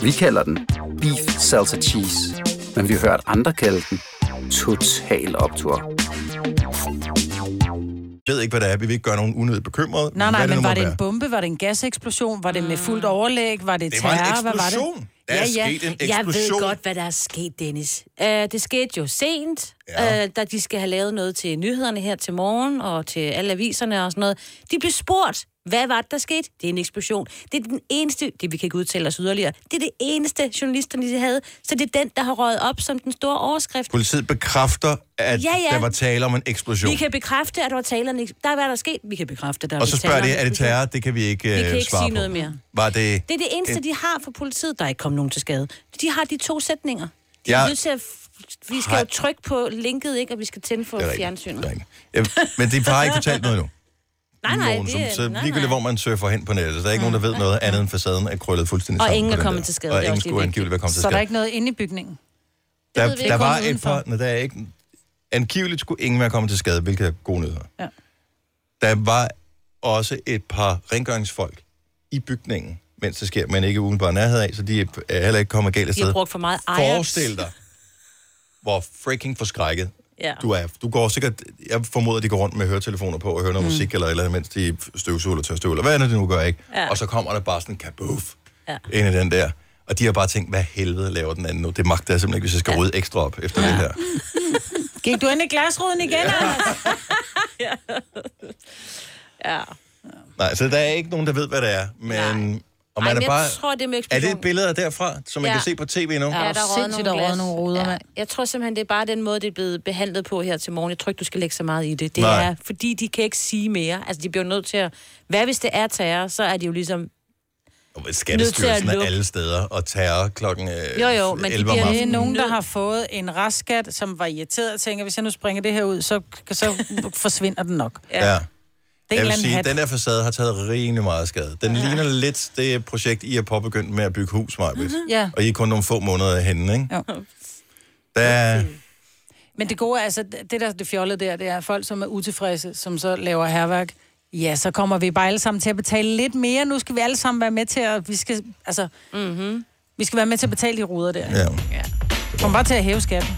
P: Vi kalder den Beef Salsa Cheese, men vi har hørt andre kalde den Total Optor.
A: Jeg ved ikke, hvad det er. Vi vil ikke gøre nogen unødigt bekymret.
D: Nej, nej,
A: hvad
D: men
A: nu
D: var
A: måtte
D: det
A: være.
D: en bombe? Var det en gaseksplosion? Var det med fuldt overlæg? Var det,
A: Det var en
D: terror? Hvad var
A: eksplosion.
D: det?
A: Der er sket en
B: Jeg
A: eksplosion.
B: ved godt, hvad der er sket, Dennis. Uh, det skete jo sent, ja. uh, da de skal have lavet noget til nyhederne her til morgen, og til alle aviserne og sådan noget. De blev spurgt, hvad var det, der skete? Det er en eksplosion. Det er den eneste, det vi kan ikke udtale os yderligere, det er det eneste, journalisterne de havde, så det er den, der har røget op som den store overskrift.
A: Politiet bekræfter, at
B: Ja, ja.
A: der var tale om en eksplosion.
B: Vi kan bekræfte, at der var talerne... Der er, hvad der er sket. Vi kan bekræfte, at der
A: Og så
B: var
A: spørger
B: tale
A: de,
B: om
A: er det
B: eksplosion.
A: terror? Det kan vi ikke
B: Vi
A: øh,
B: kan ikke
A: svare
B: sige
A: på.
B: noget mere.
A: Var det...
B: Det er det eneste, de har for politiet. Der er ikke kommet nogen til skade. De har de to sætninger. De
A: Jeg-
B: er nødt til at f- vi skal
A: Har-
B: jo trykke på linket, ikke? Og vi skal tænde for
A: Det er rigtigt.
B: fjernsynet.
A: Ja, men de har ikke fortalt noget nu.
B: Nej, nej,
A: Mogens,
B: det er...
A: så
B: nej,
A: ligegyldigt,
B: nej.
A: hvor man surfer hen på nettet, så der er ikke nogen, der ved noget andet end facaden er krøllet fuldstændig
D: Og
A: sammen.
D: ingen
A: på
D: er
A: den
D: kommet
A: der.
D: til skade,
A: Og
D: det er
A: ingen
D: også lige
A: skulle angiveligt være kommet til
D: Så er der
A: skade.
D: ikke noget inde i bygningen? Det
A: Der,
D: ved vi
A: der
D: ikke,
A: var
D: kun
A: et par... Nej, der er ikke... Angiveligt skulle ingen være kommet til skade, hvilket er gode nyheder.
D: Ja.
A: Der var også et par rengøringsfolk i bygningen, mens det sker, men ikke udenbart nærhed af, så de er heller ikke kommet galt
B: De har
A: afsted.
B: brugt for meget Ajax.
A: Forestil dig, hvor freaking forskrækket
B: Ja.
A: du er. Du går sikkert, jeg formoder, de går rundt med høretelefoner på og hører noget
B: Mm.
A: mm. musik eller et eller andet, mens de støvsuger eller tør støv, eller hvad andet de nu gør, ikke?
B: Ja.
A: Ja. Og så kommer der bare sådan en kabuf
B: Ja.
A: ind i den der. Og de har bare tænkt, hvad helvede laver den anden nu? Det magter jeg simpelthen ikke, hvis jeg skal rydde ekstra op efter ja. det her.
D: Gik du ind i glasruden igen, Anders?
B: Ja.
A: Nej, så der er ikke nogen, der ved, hvad det er. Men, Nej. og
B: Ej,
A: man
B: men
A: er
B: jeg
A: bare...
B: tror, det er med
A: er det
B: eksplosion.
A: et billede derfra, som man
B: Ja.
A: kan se på tv nu?
B: Ja, der er røget
D: sindssygt,
B: nogle,
D: der er
B: glas.
D: røget nogle ruder,
B: ja. Jeg tror simpelthen, det er bare den måde, det er blevet behandlet på her til morgen. Jeg tror ikke, du skal lægge så meget i det. Det
A: Nej.
B: er, fordi de kan ikke sige mere. Altså, de bliver nødt til at... Hvad hvis det er terror, så er de jo ligesom
A: Skattestyrelsen
B: Nødt til
A: er
B: at
A: alle steder, og terror klokken øh,
D: Jo, jo, men de
A: 11
D: bliver
A: om
D: det er
A: aftenen.
D: nogen, der har fået en restskat, som var irriteret og tænker, hvis jeg nu springer det her ud, så, så forsvinder den nok.
A: Ja.
D: Det er
A: Jeg
D: en
A: vil
D: eller anden
A: sige,
D: hat.
A: at den her facade har taget rimelig meget skade. Den ja. ligner lidt det projekt, I har påbegyndt med at bygge hus, Majbrit.
D: Mhm. Ja.
A: Og I er kun nogle få måneder henne, ikke?
D: Jo.
A: Der er...
D: Men det gode er, altså, det der det fjollede der, det er folk, som er utilfredse, som så laver herværk. Ja, så kommer vi bare alle sammen til at betale lidt mere. Nu skal vi alle sammen være med til at... Vi skal, altså, mm-hmm. vi skal være med til at betale de ruder der.
A: Ja.
D: Kom bare til at hæve skatten.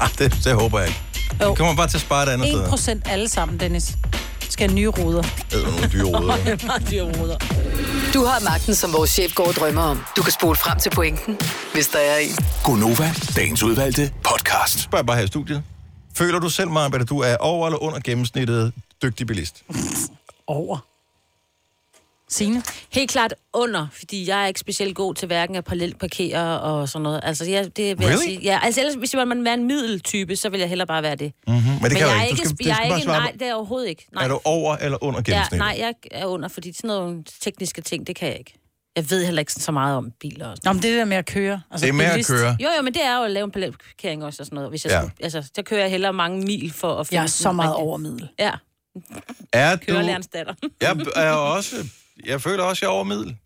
A: Ah, det, det håber jeg ikke.
D: Jo.
A: Vi kommer bare til at spare det andet sted.
D: 1 procent alle sammen, Dennis. Skal have nye ruder.
A: Det er nogle dyre hoveder.
G: Du har magten, som vores chef går og drømmer om. Du kan spole frem til pointen, hvis der er en.
A: Gonova, dagens udvalgte podcast. Spørg bare her i studiet. Føler du selv, Maja, at du er over eller under gennemsnittet dygtig bilist? Mm-hmm.
D: Over. Signe?
B: Helt klart under, fordi jeg er ikke specielt god til hverken at parallelt parkere og sådan noget. Altså, jeg, det vil jeg
A: Really?
B: sige. Ja, altså ellers, hvis man være en middeltype, så vil jeg hellere bare være det.
A: Mm-hmm. Men det kan
B: jeg
A: du
B: er
A: ikke. Du skal,
B: sp-
A: du
B: jeg
A: skal
B: er
A: bare
B: ikke,
A: svare
B: nej, det er overhovedet ikke.
A: på,
B: Nej.
A: er du over eller under
B: ja,
A: gennemsnittet?
B: nej, jeg er under, fordi sådan nogle tekniske ting, det kan jeg ikke. Jeg ved heller ikke så meget om biler og sådan
D: Nå, men det der med at køre. Altså,
A: Det er med at køre.
B: Jo, jo, men det er jo at lave en parkering også og sådan noget. Hvis jeg ja.
A: Ja.
B: skulle, altså, der kører jeg hellere mange mil for at finde
D: Jeg er så meget over middel.
B: Ja,
A: Er du...
B: kørelærens datter.
A: Jeg er også... Jeg føler også, jeg er over middel.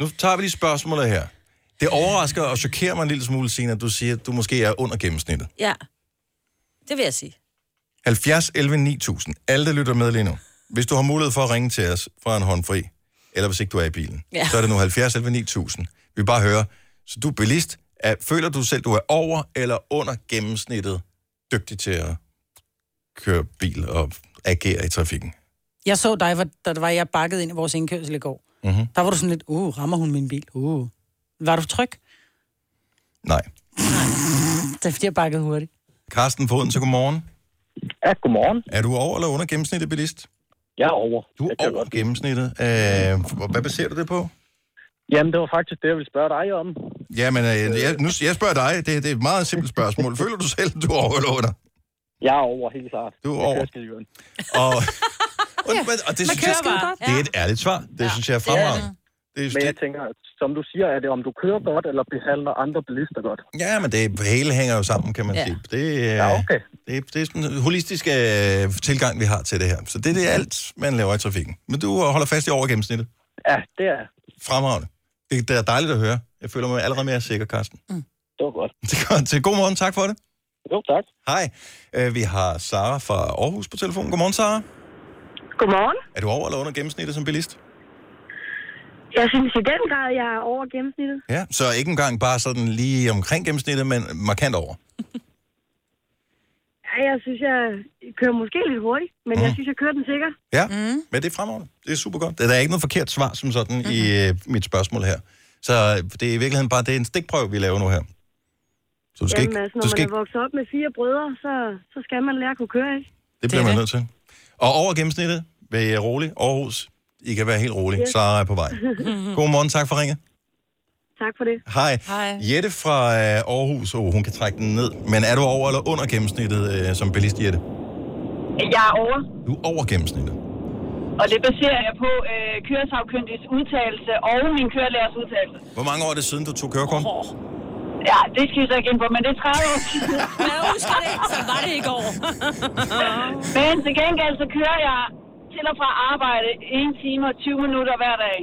A: Nu tager vi lige spørgsmålet her. Det overrasker og chokerer mig en lille smule, Signe, at du siger, at du måske er under gennemsnittet.
B: ja, det vil jeg sige.
A: 70 11 9000. Alle, der lytter med lige nu. Hvis du har mulighed for at ringe til os fra en håndfri, eller hvis ikke du er i bilen,
B: Ja.
A: ja. så er det nu 70 11 9000. Vi vil bare høre, så du er bilist. Er, føler du selv, du er over eller under gennemsnittet dygtig til at køre bil og agere i trafikken?
D: Jeg så dig, hvor, da det var, jeg bakkede ind i vores indkørsel i går.
A: Mm-hmm.
D: Der var du sådan lidt, uh, rammer hun min bil? Uh. Var du tryg?
A: Nej.
D: Det er fordi, jeg bakkede hurtigt.
A: Carsten Foden, så godmorgen.
Q: Ja, godmorgen.
A: Er du over eller under gennemsnittet bilist?
Q: Jeg er over.
A: Du er over gennemsnittet. Øh, hvor- hvad baserer du det på?
Q: Jamen, det var faktisk det, jeg ville spørge dig om.
A: Jamen, øh, jeg, nu, jeg spørger dig. Det, det er et meget simpelt spørgsmål. Føler du selv, du er over eller under?
Q: Jeg er over, helt klart.
A: Du er
Q: Jeg
A: over.
Q: kører skide godt.
A: Og, og, ja, og det, synes jeg, det er et ærligt svar. Det ja. synes jeg er fremragende. Det er
Q: Men jeg tænker, at som du siger, er det om du kører godt, eller behandler andre bilister godt.
A: Ja, men det hele hænger jo sammen, kan man ja.
Q: Ja.
A: sige. Det, er, ja, okay. det, det er sådan en holistisk øh, tilgang, vi har til det her. Så det, det er alt, man laver i trafikken. Men du holder fast i over gennemsnittet.
Q: Ja, det er
A: Fremragende. Det, det er dejligt at høre. Jeg føler mig allerede mere sikker, Carsten. Mm.
Q: Det var godt.
A: Det er godt. Så God morgen. Tak for det.
Q: Jo, tak.
A: Hej. Øh, Vi har Sara fra Aarhus på telefonen. Godmorgen, Sara.
R: Godmorgen.
A: Er du over eller under gennemsnittet som bilist?
R: Jeg synes i den grad, jeg er over gennemsnittet.
A: Ja. Så ikke engang bare sådan lige omkring gennemsnittet, men markant over.
R: Ja, jeg synes, jeg kører måske lidt hurtigt, men mm. jeg synes, jeg kører den sikker.
A: Ja, mm. men det er fremover. Det er super godt. Der er ikke noget forkert svar som sådan mm-hmm. i øh, mit spørgsmål her. Så øh, det er i virkeligheden bare det er en stikprøve, vi laver nu her. Så du skal
R: Jamen,
A: ikke,
R: altså, når
A: du skal
R: man
A: ikke,
R: er vokset op med fire brødre, så, så skal man lære at kunne køre, ikke?
A: det bliver man nødt til. Og over gennemsnittet, vær I rolig. Aarhus, I kan være helt rolig. Yes.
R: Yes.
A: Sara er på vej. Godmorgen, tak for ringet.
R: tak for det.
A: Hej. Jette fra øh, Aarhus, oh, hun kan trække den ned. Men er du over eller under gennemsnittet øh, som bilist, Jette?
K: Jeg er over,
A: Du er over gennemsnittet.
K: og det baserer jeg på øh, køresagkyndiges udtalelse og min kørelærers udtalelse.
A: Hvor mange år er det siden, du tog kørekort?
K: Ja, det skal I så ikke ind på, men det er 30 år siden. jeg husker det, så var det i går. men til gengæld så kører jeg til og fra arbejde 1 time og 20 minutter hver dag.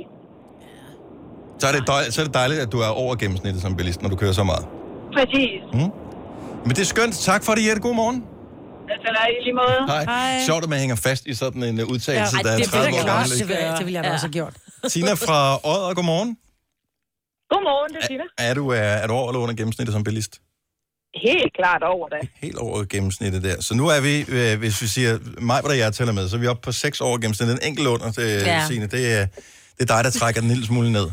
A: Så er, det dej, så er det dejligt, at du er over gennemsnittet som bilist, når du kører så meget.
K: Præcis.
A: Men det er skønt. Tak for det, Jette. God morgen.
K: Altså, der er i lige måde.
A: Hej. Hej. Sjovt, at man hænger fast i sådan en øh, udtalelse,
D: Ej,
A: der er
D: det,
A: 30
D: vil
A: år
D: jeg
A: gammel.
D: også, det, vil jeg, det vil jeg da
K: Ja.
D: også have gjort.
A: Tina fra Odder, godmorgen.
K: Godmorgen, det er Tina.
A: Er du, øh, er du over eller under gennemsnittet som bilist?
K: Helt klart over da.
A: Helt over gennemsnittet der. Så nu er vi, øh, hvis vi siger mig, hvad der jeg tæller med, så er vi oppe på 6 over gennemsnittet. En enkelt under, øh, ja.
K: Ja.
A: Signe. Det, er, det er dig, der trækker den en lille smule ned.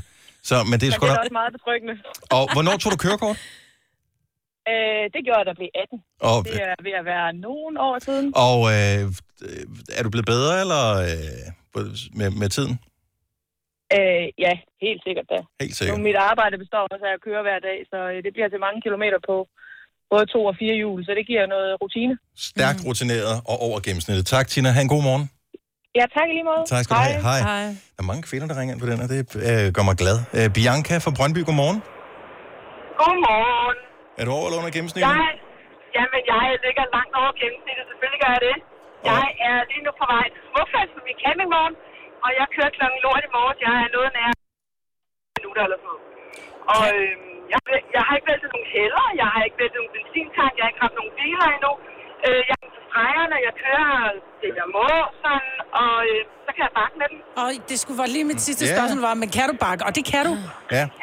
A: Så, men det
K: Men
A: er sgu
K: det
A: da...
K: er også meget betryggende.
A: Og hvornår tog du kørekort?
K: Øh, det gjorde jeg, da jeg blev 18.
A: Og,
K: Det er ved at være nogen år siden.
A: og øh, øh, er du blevet bedre eller øh, med, med tiden?
K: Øh, ja, helt sikkert da.
A: Helt sikkert.
K: Nu, mit arbejde består også af at køre hver dag, så øh, det bliver til mange kilometer på både to og fire hjul, så det giver noget rutine. Mm.
A: Stærkt rutineret og over gennemsnittet. Tak, Tina. Ha' en god morgen.
K: Ja, tak i lige måde.
A: Tak skal du have. Hej. Hej. Der er mange kvinder, der ringer ind på den, og det øh, gør mig glad. Øh, Bianca fra Brøndby, godmorgen.
S: Godmorgen.
A: Er du over eller under gennemsnittet?
S: Jeg, jamen, jeg ligger langt over gennemsnittet. Selvfølgelig gør jeg det. Jeg er lige nu på vej til Smukfest med min campingvogn, og jeg kører klokken lort i morges. Jeg er noget nær minutter eller sådan noget. Og øhm, jeg, jeg har ikke væltet nogen hælder, jeg har ikke væltet nogen benzintank, jeg har ikke haft nogen biler endnu. Øh, jeg er på stregerne, jeg kører det, jeg må, sådan, og øh, så kan jeg bakke med dem.
D: Og det skulle være lige mit
S: Ja.
D: sidste yeah. spørgsmål var, men kan du bakke? Og det kan du.
A: Ja.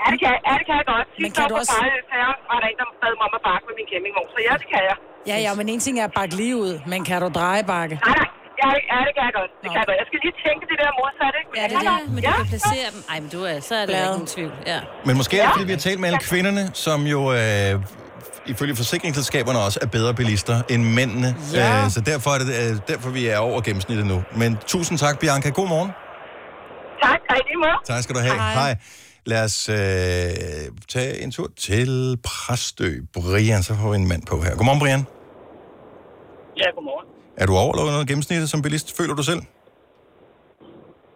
S: Ja, det kan, jeg- ja, det kan jeg godt.
D: Men
S: Sidste
D: kan
S: år
D: du
S: på
D: også-
S: Fejløs her var der en, der bad mig om at bakke med min campingvogn, så ja, det kan jeg.
D: Ja, ja, men en ting er at bakke lige ud, men kan du dreje bakke?
S: Nej, nej. Ja, ja, det kan jeg godt. Det kan jeg godt. Jeg skal lige tænke det der modsatte, ikke? Men
B: Ja, det er
S: kan
B: det,
S: jeg.
B: men du kan placere dem. Ej, men du er, så er der ikke nogen tvivl. Ja.
A: Men måske er det, fordi vi har talt med alle kvinderne, som jo øh, ifølge forsikringsselskaberne også er bedre bilister end mændene.
B: Ja.
A: Øh, så derfor er det øh, derfor, vi er over gennemsnittet nu. Men tusind tak, Bianca. God morgen.
S: Tak, hej, lige måde.
A: Tak skal du have. Hej. Hej. Lad os øh, tage en tur til Præstø. Brian, så får vi en mand på her. Godmorgen, Brian.
T: Ja, godmorgen.
A: Er du over eller under gennemsnittet som bilist? Føler du selv?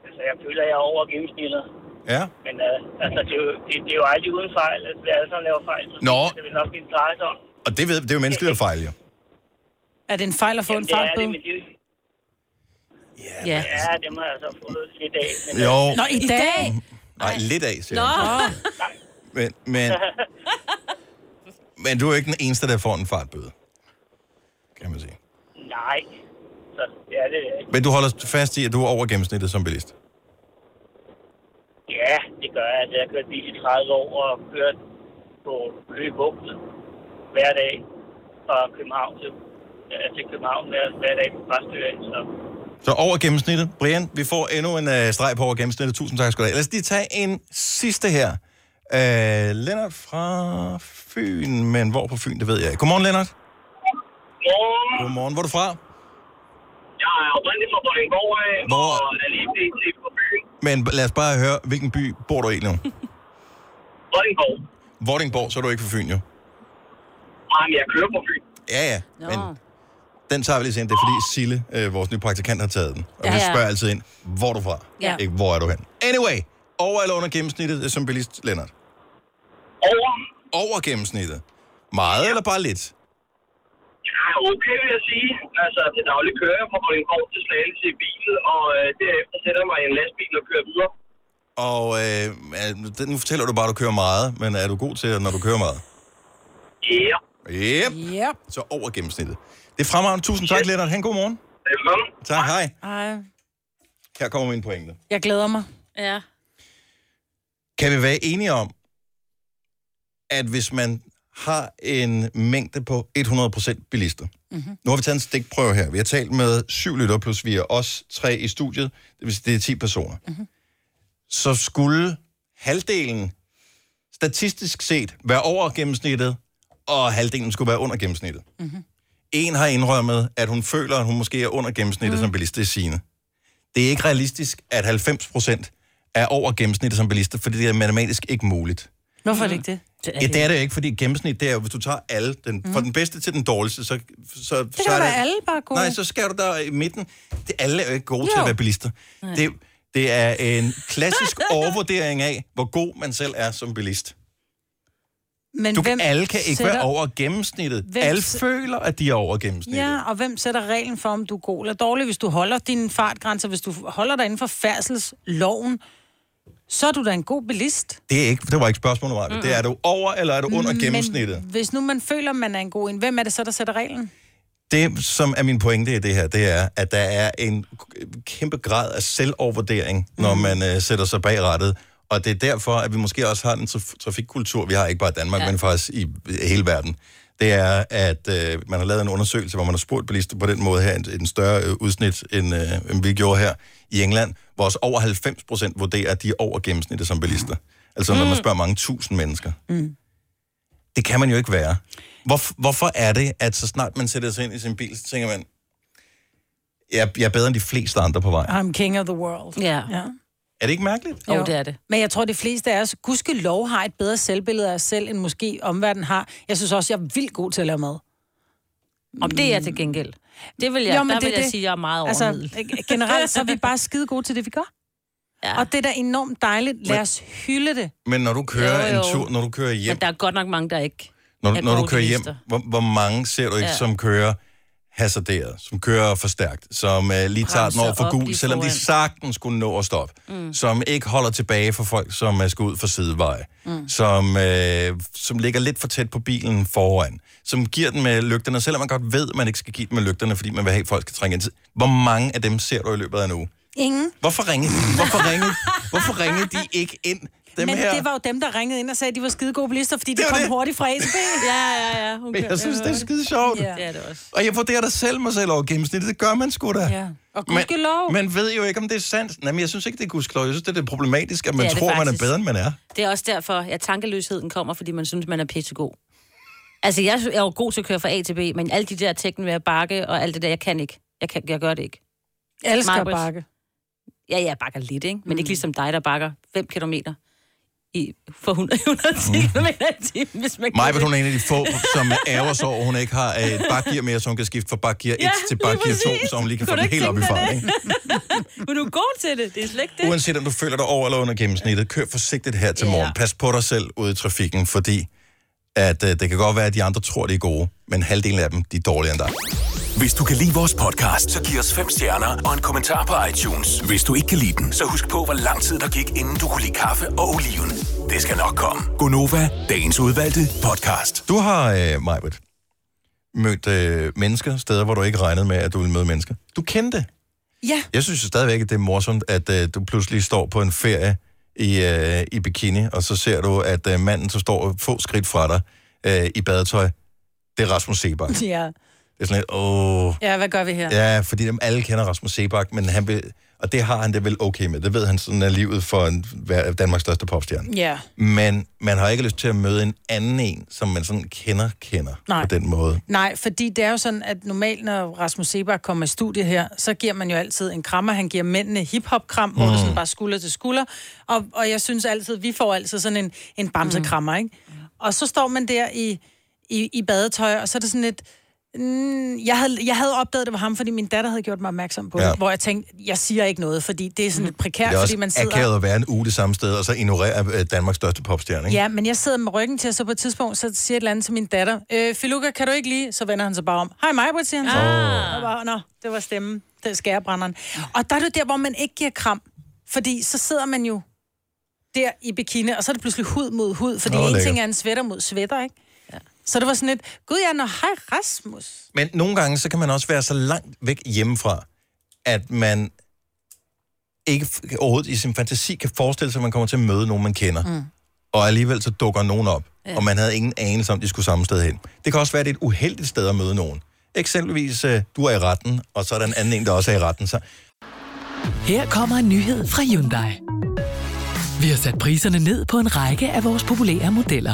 T: Altså, jeg føler, jeg er over gennemsnittet.
A: Ja.
T: Men øh, altså, det, er jo, det, det, er jo aldrig uden fejl. Altså, vi alle sammen laver fejl. Så
A: Nå.
T: Det vil nok blive en dreje sig om.
A: Og det, ved, det er jo menneskeligt at fejle, jo.
D: Er det en fejl at få en
T: det
D: fart
T: er
D: på?
T: det, men det,
D: Ja.
T: ja, dem har jeg så fået lidt af. Men,
A: Jo.
T: øh,
D: Nå, i dag?
A: Nej, lidt af, siger
T: Nå.
A: jeg. Men, men, men du er jo ikke den eneste, der får en fartbøde.
T: Nej. Så ja, det er ikke.
A: Men du holder fast i, at du er over gennemsnittet som bilist.
T: Ja, det gør jeg. Altså, jeg har kørt bil i 30 år og kørt på Køge Bugt hver dag fra København til, ja, til København hver, hver dag på Præstø. af. Så
A: Så over gennemsnittet. Brian, vi får endnu en øh, streg på over gennemsnittet. Tusind tak skal du have. Lad os lige tage en sidste her. Øh, Lennart fra Fyn, men hvor på Fyn, det ved jeg ikke. Godmorgen, Lennart.
T: Godmorgen.
A: Godmorgen. Hvor er du fra?
T: Jeg er
U: er oprindeligt fra Vordingborg
I: øh,
U: af,
A: Hvor-
U: og er lige blevet til på byen.
A: Men lad os bare høre, hvilken by bor du i nu?
U: Vordingborg.
A: Vordingborg, så er du ikke fra Fyn, jo.
U: Nej, men jeg kører på Fyn.
A: Ja, ja. Men den tager vi lige senere. Det er fordi Sille, øh, vores nye praktikant, har taget den. Og
U: Ja,
A: ja, vi
U: ja.
A: spørger altid ind, hvor er du fra?
U: Ja.
A: Ikke, hvor er du hen? Anyway, over eller under gennemsnittet øh, som bilist, Lennart?
U: Over.
A: Over gennemsnittet? Meget ja. eller bare lidt?
U: Ja, okay vil jeg sige. Altså, til daglig kører jeg fra Vordingborg til Slagelse i bilen, og øh, derefter sætter jeg mig i en lastbil og kører videre.
A: Og øh, er- det- nu fortæller du bare, at du kører meget, men er du god til, når du kører meget?
U: Ja.
A: Yep.
D: Yep.
A: Så over gennemsnittet. Det er fremragende. Tusind tak, Lennart. Ha' en god morgen.
S: øh,
U: Velkommen.
A: Tak, hej.
D: Ej,
A: Her kommer mine pointe.
D: jeg glæder mig.
B: Ja.
A: Kan vi være enige om, at hvis man har en mængde på 100% bilister,
D: Mhm.
C: Mm-hmm.
A: nu har vi taget en stikprøve her. Vi har talt med syv lytter, plus vi er os tre i studiet. Det vil sige, det er 10 personer.
C: Mhm.
A: Mm-hmm. Så skulle halvdelen statistisk set være over gennemsnittet, og halvdelen skulle være under gennemsnittet.
C: Mhm.
A: Mm-hmm. En har indrømmet, at hun føler, at hun måske er under gennemsnittet mm. som bilist. Det er Signe. Det er ikke realistisk, at 90 procent er over gennemsnittet som bilister, fordi det er matematisk ikke muligt.
D: Hvorfor er det ikke det?
A: Ja, det er det jo ikke, fordi gennemsnit, det er jo, hvis du tager alle, den, mm. fra den bedste til den dårligste, så... så det
D: kan være alle bare gode.
A: Nej, så skal du der i midten. Det, alle er jo ikke gode jo. til
D: Jo.
A: at være bilister.
D: Nej.
A: Det, det er en klassisk overvurdering af, hvor god man selv er som bilist.
D: Men
A: Du, alle kan ikke
D: sætter-
A: være over gennemsnittet.
D: Hvem
A: alle
D: s-
A: føler, at de er over gennemsnittet.
D: Ja, og hvem sætter reglen for, om du er god eller dårlig? Hvis du holder dine fartgrænser, hvis du holder dig inden for færdselsloven, så er du da en god bilist.
A: Det, er ikke, det var ikke spørgsmålet, Maja. Mm-hmm. Det er, er du over, eller er du under gennemsnittet?
D: Mm, Men hvis nu man føler, man er en god en, hvem er det så, der sætter reglen?
A: Det, som er min pointe i det her, det er, at der er en k- kæmpe grad af selvovervurdering,
D: Mm.
A: når man øh, sætter sig bag rattet. Og det er derfor, at vi måske også har den traf- trafikkultur, vi har ikke bare i Danmark,
C: Ja.
A: ja. men faktisk i hele verden. Det er, at øh, man har lavet en undersøgelse, hvor man har spurgt bilister på den måde her, en, en større øh, udsnit, end, øh, end vi gjorde her i England, hvor også over 90 procent vurderer, at de er over gennemsnittet som bilister. Altså når
D: Mm.
A: man spørger mange tusind mennesker.
D: Mm.
A: Det kan man jo ikke være. Hvor, hvorfor er det, at så snart man sætter sig ind i sin bil, så tænker man, jeg, jeg er bedre end de fleste andre på vej.
D: I'm king of the world.
B: Ja.
D: ja.
A: Er det ikke mærkeligt?
D: Jo. Men jeg tror, de fleste af os, gudske lov, har et bedre selvbillede af os selv, end måske omverdenen har. Jeg synes også, jeg er vildt god til at lave mad. Mm.
B: Om det er jeg til gengæld. Det vil jeg, jo, der det, vil jeg det. sige, at jeg er meget over
D: altså, g- generelt så er vi bare skide gode til det, vi gør. Ja. Og det er da enormt dejligt. Lad
A: Men-
D: os hylde det.
A: Men når du kører
B: Jo, jo.
A: en tur, når du kører hjem,
B: Men der er godt nok mange, der ikke
A: når,
B: er
A: du- når du
B: gode
A: kører hjem,
B: bilister.
A: hvor, hvor mange ser du ikke,
B: Ja.
A: ja. som kører hasarderet, som kører for stærkt, som uh, lige tager den
B: Bremser
A: over for
B: op lige
A: gul, selvom de
B: foran.
A: sagtens kunne nå at stoppe,
B: Mm.
A: mm. som ikke holder tilbage for folk, som uh, skal ud for sideveje,
B: Mm.
A: mm. som, uh, som ligger lidt for tæt på bilen foran, som giver den med lygterne, selvom man godt ved, at man ikke skal give den med lygterne, fordi man vil have, at folk skal trænge ind. til- Hvor mange af dem ser du i løbet af en uge?
D: Ingen.
A: Hvorfor ringede, hvorfor ringede, hvorfor ringede de ikke ind? Dem
D: Men
A: her?
D: det var jo dem, der ringede ind og sagde, at de var skide gode bilister, fordi de
A: Det var
D: kom
A: det.
D: hurtigt fra ASB.
B: ja, ja, ja.
A: Men jeg synes, det er skide sjovt.
D: Ja.
B: Det er det også.
A: Og jeg vurderer dig selv mig selv over gennemsnittet. Det gør man sgu da.
D: Ja. Og gudskelov.
A: Man ved jo ikke, om det er sandt. Nej, men jeg synes ikke, det er gudskelov. Jeg synes, det er problematisk, at man
B: Det er
A: det
B: det
A: tror, man er
B: faktisk.
A: bedre, end man er.
B: Det er også derfor, at tankeløsheden kommer, fordi man synes, man er pissegod. Altså, jeg er jo god til at køre fra A til B, men alle de der teknikker med at bakke og alt det der, jeg kan ikke. Jeg, kan, jeg gør det ikke.
D: Jeg elsker at
B: Maj-Brit.
D: bakke.
B: Ja, jeg bakker lidt, ikke? Men mm. ikke ligesom dig, der bakker 5 km i, for 100, 110 km i timen, hvis man kan
A: Maja,
B: det.
A: Mm. hun er en af de få, som ærger sig over, at hun ikke har øh, et bakgear mere, så hun kan skifte fra bakgear 1
B: Ja,
A: til
B: lige
A: bakgear 2,
B: præcis.
A: så hun lige kan få
B: Kunne
A: den
B: du
A: helt
B: ikke
A: op i
B: tænke dig
A: fart.
B: det?
A: Ikke?
B: Men du er god til det, det er slet ikke det.
A: Uanset om du føler dig over eller under gennemsnittet, kør forsigtigt her til
B: Ja.
A: morgen. Pas på dig selv ude i trafikken, fordi at, øh, det kan godt være, at de andre tror, de er gode, men halvdelen af dem, de er dårligere end dig.
F: Hvis du kan lide vores podcast, så giv os fem stjerner og en kommentar på iTunes. Hvis du ikke kan lide den, så husk på, hvor lang tid der gik, inden du kunne lide kaffe og oliven. Det skal nok komme.
A: Gonova, dagens udvalgte podcast. Du har, øh, Majbert, mødt øh, mennesker steder, hvor du ikke regnede med, at du ville møde mennesker. Du kendte.
D: Ja.
A: Jeg synes jo stadigvæk, at det er morsomt, at øh, du pludselig står på en ferie i, øh, i bikini, og så ser du, at øh, manden, så står få skridt fra dig øh, i badetøj, det er Rasmus Sebak. Det
D: Ja.
A: er sådan lidt, åh...
D: ja, hvad gør vi her?
A: Ja, fordi dem alle kender Rasmus Sebak, men han vil... Og det har han det vel okay med. Det ved han, sådan er livet for en, hver- Danmarks største popstjerne.
D: Ja.
A: Men man har ikke lyst til at møde en anden en, som man sådan kender, kender
D: Nej.
A: på den måde.
D: Nej, fordi det er jo sådan, at normalt, når Rasmus Sebak kommer i studiet her, så giver man jo altid en krammer. Han giver mændene hip-hop-kram, mm. hvor
A: Mm.
D: det sådan bare skulder til skulder. Og, og jeg synes altid, vi får altid sådan en, en bamsekrammer, ikke? Og så står man der i, i, i badetøj, og så er det sådan lidt... Mm, jeg, havde, jeg havde opdaget, det var ham, fordi min datter havde gjort mig opmærksom på ja.
A: Ja. Mm.
D: det, hvor jeg tænkte, jeg siger ikke noget, fordi det er sådan lidt prekært,
A: det er
D: fordi
A: også
D: man sidder...
A: akavet at være en uge det samme sted, og så ignorere øh, Danmarks største popstjerne, ikke?
D: Ja, men jeg sidder med ryggen til, og så på et tidspunkt, så siger et eller andet til min datter, øh, Filuka, kan du ikke lige? Så vender han sig bare om. Hej mig, Britt, siger han.
A: Ah.
D: Oh. Og bare, Nå, det var stemmen. Det er skærebrænderen. Og der er det der, hvor man ikke giver kram. Fordi så sidder man jo der i bikini, og så er det pludselig hud mod hud. Fordi
A: Åh,
D: oh, en
A: lækkert.
D: ting er en svætter mod svætter, ikke? Ja. Så det var sådan lidt, gud, jeg når hej Rasmus.
A: Men nogle gange, så kan man også være så langt væk hjemmefra, at man ikke f- overhovedet i sin fantasi kan forestille sig, at man kommer til at møde nogen, man kender. Mm. Og alligevel så dukker nogen op,
E: Ja.
A: ja. og man havde ingen anelse om, de skulle samme sted hen. Det kan også være, at det er et uheldigt sted at møde nogen. Eksempelvis, øh, du er i retten, og så er der en anden en, der også er i retten. Så
V: Her kommer en nyhed fra Hyundai. Vi har sat priserne ned på en række af vores populære modeller.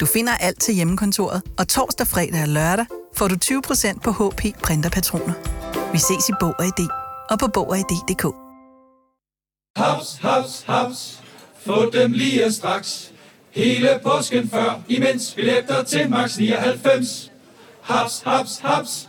W: Du finder alt til hjemmekontoret, og torsdag, fredag og lørdag får du 20% på HP Printerpatroner. Vi ses i Bog og ID og på Bog og ID.dk.
X: Haps, haps, haps. Få dem lige straks. Hele påsken før, imens billetter til max 99. Haps, haps, haps.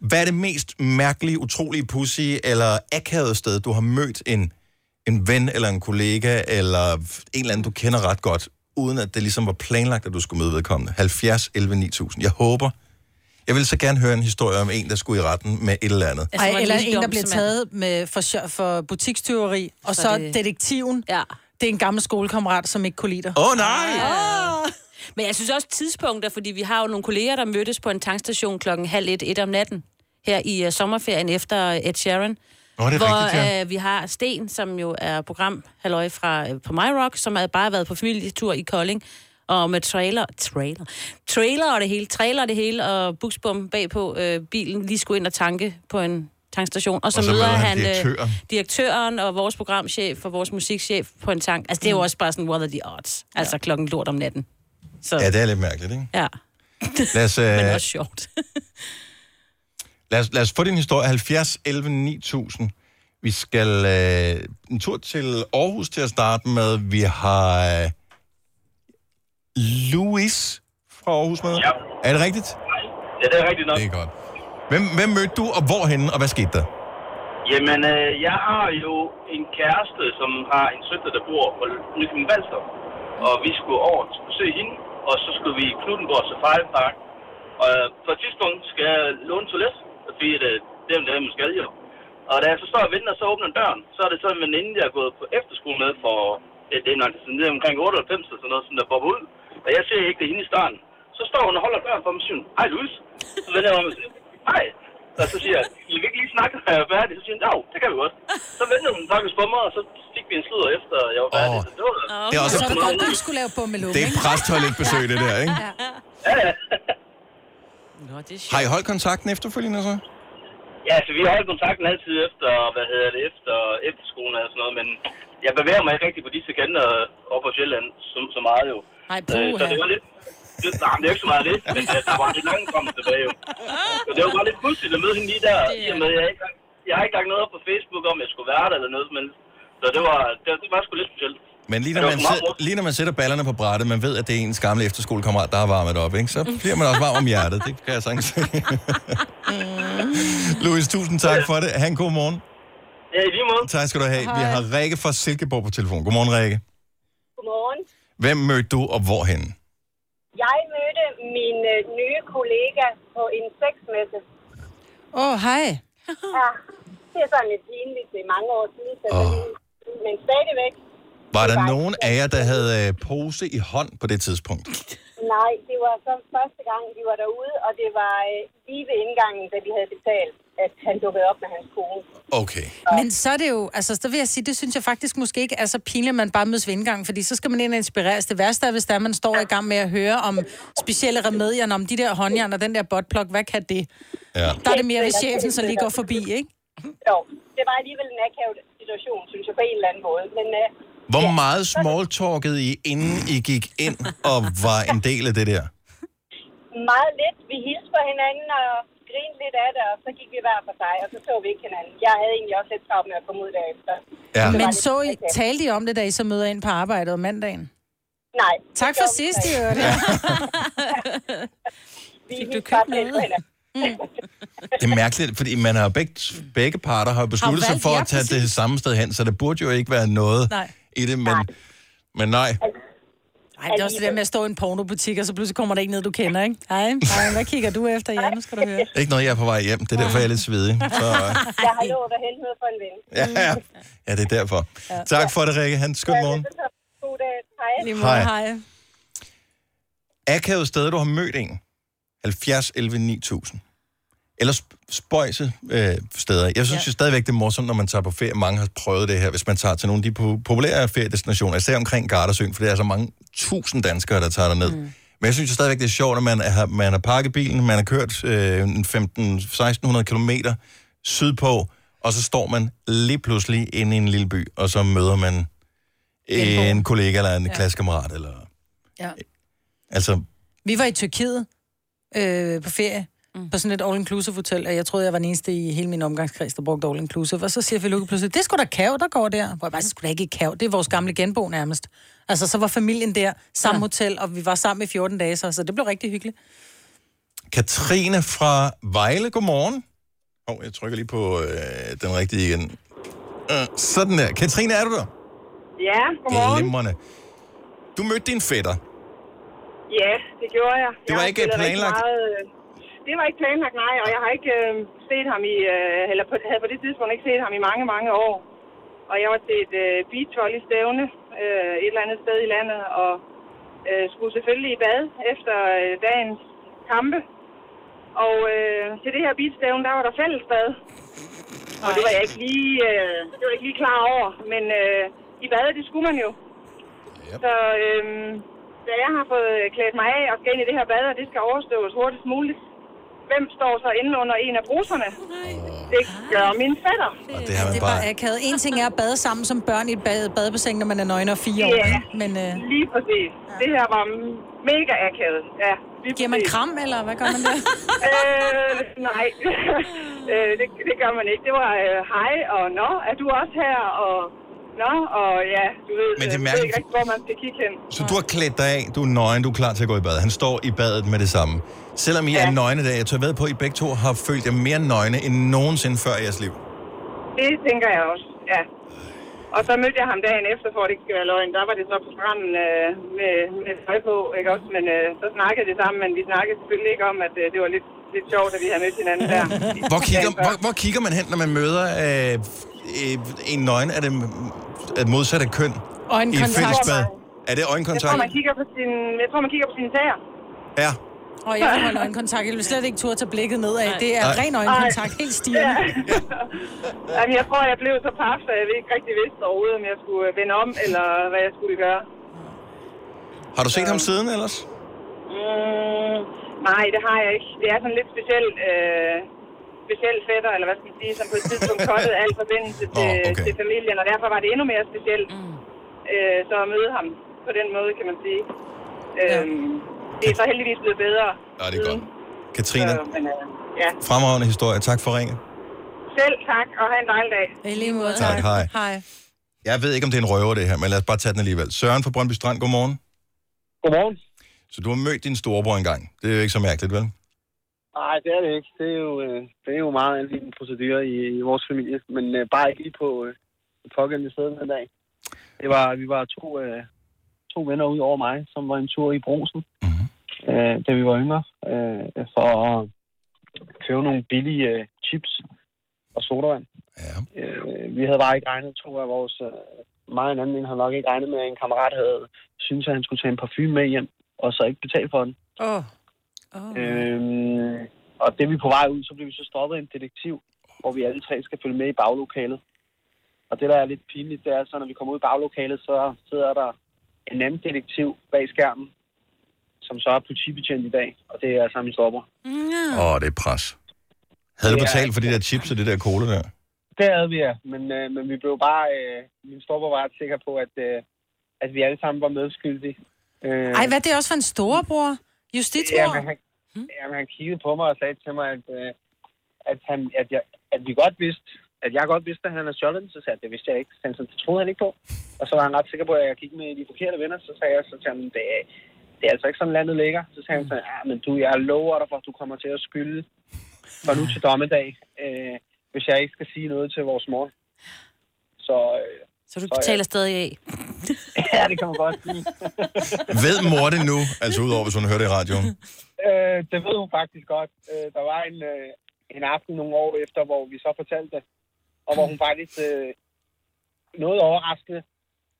A: hvad er det mest mærkelige, utrolige, pussy eller akavede sted, du har mødt en, en ven eller en kollega eller en eller anden, du kender ret godt, uden at det ligesom var planlagt, at du skulle møde vedkommende? 70 11 9000. Jeg håber... Jeg vil så gerne høre en historie om en, der skulle i retten med et eller andet.
B: Altså,
D: Ej, eller en, der
B: dumsmand.
D: bliver taget med for, sjov- for butikstyveri, og
B: Så
D: så, så
B: det-
D: detektiven. Ja. Det er en gammel skolekammerat, som ikke kunne lide dig.
A: Åh, oh, nej!
B: Ah. Men jeg synes også tidspunkter, fordi vi har jo nogle kolleger, der mødtes på en tankstation klokken halv et, et om natten, her i uh, sommerferien efter øh, Ed Sheeran.
Y: Nå, det er
B: hvor
Y: rigtigt, ja.
B: øh, vi har Sten, som jo er program halløj fra øh, på MyRock, som har bare været på familietur i Kolding, og med trailer, trailer, trailer og det hele, trailer og det hele, og buksbom bagpå øh, bilen, lige skulle ind og tanke på en tankstation. Og så, og så møder han, øh,
A: direktøren.
B: direktøren og vores programchef og vores musikchef på en tank. Altså, det er jo
A: Mm.
B: også bare sådan, what are the odds? Altså, klokken lort om natten. Så.
A: Ja, det er lidt mærkeligt, ikke?
B: Ja.
A: Lad os, øh,
B: Men også sjovt.
A: Lad os, lad os få din historie. 70 11 9000. Vi skal øh, en tur til Aarhus til at starte med. Vi har øh, Louis fra Aarhus med. Ja. Er det rigtigt?
E: Ja, det er rigtigt nok.
A: Det er godt. Hvem, hvem mødte du, og hvorhenne, og hvad skete der?
E: Jamen, øh, jeg har jo en kæreste, som har en søster, der bor på Nykøbing Valstrup. Og vi skulle over og besøge hende, og så skulle vi i Knuttenborg Safari Park. Og øh, på et tidspunkt skal jeg låne toilet, fordi det, det er jo det, man skal jo. Og da jeg så står og venter, så åbner døren. Så er det så en veninde, jeg er gået på efterskole med for, det, det er nok sådan nede omkring 98 eller sådan noget, sådan der bobber ud. Og jeg ser ikke det er hende i starten. Så står hun og holder døren for mig og siger, hej Louis. Så vender jeg om og siger, hej. Og så siger jeg, vil vi ikke lige snakke, når jeg er færdig? Så siger hun, ja, det kan vi godt. Så vender hun faktisk på mig, og så fik vi en sludder efter, jeg var færdig. Så det var
A: Det er også-
D: Så det godt, at du skulle lave bummelum,
A: Det er et præstoiletbesøg, det der, ikke?
B: Nå, det er
A: Har I holdt kontakten efterfølgende så?
E: Ja, altså, vi har holdt kontakten altid efter, hvad hedder det, efter efterskolen og sådan noget, men jeg bevæger mig ikke rigtig på disse kanter over på Sjælland så, så meget jo.
D: Nej,
E: øh, så
D: puha.
E: det var lidt... Det, nej, men det er jo ikke så meget det, men øh, der var lidt langt frem og tilbage jo. Så det var bare lidt pudsigt at møde hende lige der, i og med, jeg har ikke, jeg har ikke lagt noget op på Facebook om, jeg skulle være der eller noget, men så det var, det, det var sgu lidt specielt.
A: Men lige når,
E: Det var
A: man
E: meget
A: sæt, lige når man sætter ballerne på brættet, man ved, at det er ens gamle efterskolekammerat, der har varmet op, ikke? så
E: Mm.
A: bliver man også varm om hjertet. Det kan jeg sagtens se. Louis, tusind tak for det. Han god morgen.
E: Ja, i lige måde.
A: Tak skal du have. Vi
E: Hej.
A: har Rikke fra Silkeborg på telefon. Godmorgen, Rikke.
H: Godmorgen.
A: Hvem mødte du, og hvorhen?
H: Jeg mødte min øh, nye kollega på en sexmesse.
D: Åh, oh, hej.
H: Ja, det er sådan lidt pinligt. Det er mange år siden, så oh. men stadigvæk.
A: Var der nogen af jer, der havde øh, pose i hånd på det tidspunkt?
H: Nej, det var så første gang, vi var derude, og det var øh, lige ved indgangen, da vi havde betalt, at han dukkede op med hans kone.
A: Okay.
D: Men så er det jo, altså så vil jeg sige, det synes jeg faktisk måske ikke er så pinligt, at man bare mødes ved indgangen, fordi så skal man ind og inspireres. Det værste er, hvis der er, man står i gang med at høre om specielle remedier, om de der håndjern og den der botplok, hvad kan det?
A: Ja.
D: Der er det mere, hvis chefen så lige går forbi, ikke?
H: Jo, det var alligevel en akavet situation, synes jeg, på en eller anden måde. Men øh,
A: Hvor ja. meget smalltalkede I, inden I gik ind og var en del af det der?
H: meget lidt. Vi hilste på hinanden og grinede lidt af det, og så gik vi hver for sig, og så så vi ikke hinanden. Jeg havde egentlig også lidt travlt med at komme ud derefter.
A: Ja.
D: Men så I, talte I om det, da I så møder ind på arbejdet om mandagen?
H: Nej.
D: Tak for sidst, i øvrigt.
H: Fik du købt noget?
A: Det er mærkeligt, fordi man har begge, begge parter har jo besluttet
H: Har
A: sig
H: valgt,
A: for
H: ja,
A: at tage det samme sted hen, så det burde jo ikke være noget
D: Nej.
A: i det, men nej. Men nej.
D: Ej, det er også det der med at stå i en pornobutik, og så pludselig kommer der ikke ned, du kender, ikke? Hej, hej, hvad kigger du efter? Ja, nu skal du høre.
A: Ikke noget, jeg er på vej hjem. Det er derfor, jeg er lidt svedig. Så, øh,
H: Jeg har lovet at hente noget for en ven.
A: ja, ja. ja, det er derfor.
H: Ja.
A: Tak for det, Rikke. Han skøn morgen.
H: God dag. Hej.
A: Lige måde, Hej. hej. Akavet sted, du har mødt en. 70, 11, 9000. Eller sp- spøjse øh, steder. Jeg synes ja. jo stadigvæk, det er morsomt, når man tager på ferie. Mange har prøvet det her, hvis man tager til nogle af de po- populære feriedestinationer. Især omkring Gardasøen, for der er så mange tusind danskere, der tager derned. Mm. Men jeg synes jo stadigvæk, det er sjovt, at man har, man har pakket bilen, man har kørt øh, en 15-1600 km sydpå, og så står man lige pludselig inde i en lille by, og så møder man en kollega eller en ja. klassekammerat. Eller,
D: Ja.
A: altså,
D: Vi var i Tyrkiet øh, på ferie, mm. på sådan et all-inclusive hotel, og jeg troede, jeg var den eneste i hele min omgangskreds, der brugte all-inclusive. Og så siger Feluke pludselig, det skulle da kav, der går der. Hvor jeg bare, så skulle da ikke i kav, det er vores gamle genbo nærmest. Altså, så var familien der, samme ja. hotel, og vi var sammen i 14 dage, så, så det blev rigtig hyggeligt.
A: Katrine fra Vejle, godmorgen. Hov, jeg trykker lige på øh, den rigtige igen. Øh, sådan der. Katrine, er du der?
Z: Ja, godmorgen.
A: Glimrende. Du mødte din fætter.
Z: Ja, det gjorde jeg.
A: Det var
Z: Jeg
A: ikke
Z: spiller rigtig
A: planlagt?
Z: Meget, øh, det var ikke planlagt, nej, og jeg har ikke øh, set ham i, øh, eller på, havde på det tidspunkt ikke set ham i mange, mange år. Og jeg var til et øh, beachvolley-stævne øh, et eller andet sted i landet, og øh, skulle selvfølgelig i bad efter øh, dagens kampe. Og øh, til det her beachstævne, der var der fællesbad. Og det var jeg ikke lige, øh, det var jeg ikke lige klar over, men øh, i bad, det skulle man jo. Så øhm, da jeg har fået klædt mig af og skal ind i det her bad, og det skal overstås hurtigst muligt, hvem står så inde under en af bruserne? Det gør min fætter.
A: Og det har man
D: Det var bare... akavet. En ting er at bade sammen som børn i et bade, badebassin, når man er nøgne og fire år.
Z: Ja.
D: ikke? Men, øh,
Z: Lige præcis. Det her var mega akavet. Ja,
D: Giver man kram, eller hvad gør man der?
Z: øh, nej, øh, det, det gør man ikke. Det var øh, hej, og nå, er du også her, og nå, og ja, du ved,
A: Men det er
Z: øh, ved
A: mærkeligt.
Z: ikke rigtig, hvor man skal kigge hen.
A: Så du har klædt dig af, du er nøgen, du er klar til at gå i bad. Han står i badet med det samme. Selvom I ja. er nøgne i dag, jeg tør ved på, at I begge to har følt jer mere nøgne end nogensinde før i jeres liv.
Z: Det tænker jeg også, ja. Og så mødte jeg ham dagen efter, for at det ikke skal være løgn. Der var det så på stranden øh, med, med tøj på, ikke også? Men øh, så snakkede det sammen, men vi snakkede selvfølgelig ikke om, at øh, det var lidt, lidt sjovt, at vi havde mødt hinanden der.
A: Hvor kigger, hvor, hvor kigger man hen, når man møder øh, øh, en nøgen af det af det modsatte køn? I et
Z: Øjenkontakt.
A: fællesbad? Er det
Z: Jeg
A: øjenkontakt?
Z: tror, man kigger på sin, jeg tror, man kigger på sine tæer.
A: Ja.
D: Og jeg holder øjenkontakt. Jeg vil slet ikke turde tage blikket nedad. Det er
A: Nej.
D: ren øjenkontakt. Helt stigende.
Z: Jamen, jeg tror, jeg blev så paf, at jeg ikke rigtig vidste overhovedet, om jeg skulle øh, vende om, eller hvad jeg skulle gøre.
A: Har du set ham siden ellers?
Z: Mm, nej, det har jeg ikke. Det er sådan lidt speciel, øh, speciel fætter, eller hvad skal man sige, som på et tidspunkt kottede al forbindelse til, oh, okay. til familien, og derfor var det endnu mere specielt mm. øh, så at møde ham på den måde, kan man sige. Øhm, Det er så heldigvis blevet bedre.
A: Ja, det er godt. Katrine,
Z: Men, øh, ja.
A: fremragende historie. Tak for ringen.
Z: Selv tak, og have en dejlig dag.
D: I lige måde.
A: Tak, hej.
D: Hej.
A: Jeg ved ikke, om det er en røver, det her, men lad os bare tage den alligevel. Søren fra Brøndby Strand, godmorgen.
I: Godmorgen.
A: Så du har mødt din storebror engang. Det er jo ikke så mærkeligt, vel?
I: Nej, det er det ikke. Det er jo, øh, det er jo meget en lille procedure i, i vores familie, men øh, bare ikke lige på øh, det pågældende sted den dag. Det var, vi var to, øh, to venner ud over mig, som var en tur i brusen, mm-hmm. øh, da vi var yngre, øh, for at købe nogle billige øh, chips og sodavand.
A: Ja.
I: Øh, vi havde bare ikke regnet to af vores... Øh, mig og en anden en havde nok ikke regnet med, at en kammerat havde syntes, at han skulle tage en parfume med hjem, og så ikke betale for den.
D: Åh.
I: Oh. Øhm, og det vi er på vej ud, så blev vi så stoppet af en detektiv, hvor vi alle tre skal følge med i baglokalet. Og det, der er lidt pinligt, det er, så når vi kommer ud i baglokalet, så sidder der en anden detektiv bag skærmen, som så er politibetjent i dag, og det er sammen min stopper.
A: Åh, oh, det er pres. Havde du
I: Ja.
A: betalt for de der chips og det der cola der?
I: Det havde vi, ja. Men, øh, men vi blev bare... Øh, min stopper var ret sikker på, at, øh, at vi alle sammen var medskyldige. Øh,
D: Ej, hvad er det også for en storebror? Justitsmor?
I: Jamen, han,
B: Hm?
I: jamen, han kiggede på mig og sagde til mig, at, øh, at, han, at, jeg, at vi godt vidste, at jeg godt vidste, at han havde stjålet den, så sagde jeg, det vidste jeg ikke. Så, han, så det troede han ikke på. Og så var han ret sikker på, at jeg gik med de forkerte venner, så sagde jeg så til ham, det, er- det er altså ikke sådan, landet ligger. Så sagde han så, ja, men du, jeg lover dig for, at du kommer til at skylde fra nu til dommedag, øh, hvis jeg ikke skal sige noget til vores mor. Så, øh,
B: Så du betaler stadig af?
I: ja, det kan man godt sige.
A: Ved mor det nu? Altså udover, hvis hun hører det i radioen.
I: Øh, det ved hun faktisk godt. Øh, der var en, øh, en aften nogle år efter, hvor vi så fortalte det, og hvor hun faktisk øh, noget overraskende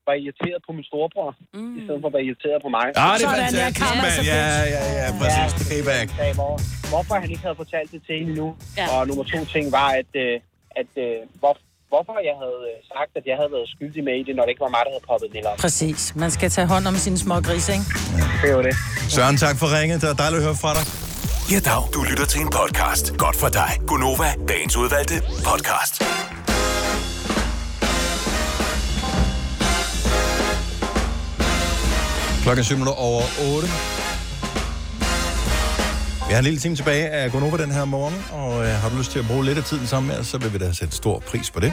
I: var irriteret på min storebror, mm. i stedet for at være irriteret på mig.
A: Ah, det er fantastisk, mand. Ja, ja, ja, præcis. Det er payback.
I: Sagde, hvor, hvorfor han ikke havde fortalt det til hende nu. Ja. Og nummer to ting var, at, øh, at øh, hvor, hvorfor jeg havde øh, sagt, at jeg havde været skyldig med i det, når det ikke var mig, der havde poppet den i lommen.
D: Præcis. Man skal tage hånd om sine små grise, ikke?
I: Det var det.
A: Søren, tak for ringet. Det er dejligt at høre fra dig.
F: Ja, dag. Du lytter til en podcast. Godt for dig. Gunova, dagens udvalgte podcast.
A: Klokken er syv minutter over 8. Vi har en lille time tilbage af Gonova den her morgen, og øh, har du lyst til at bruge lidt af tiden sammen med os, så vil vi da sætte stor pris på det.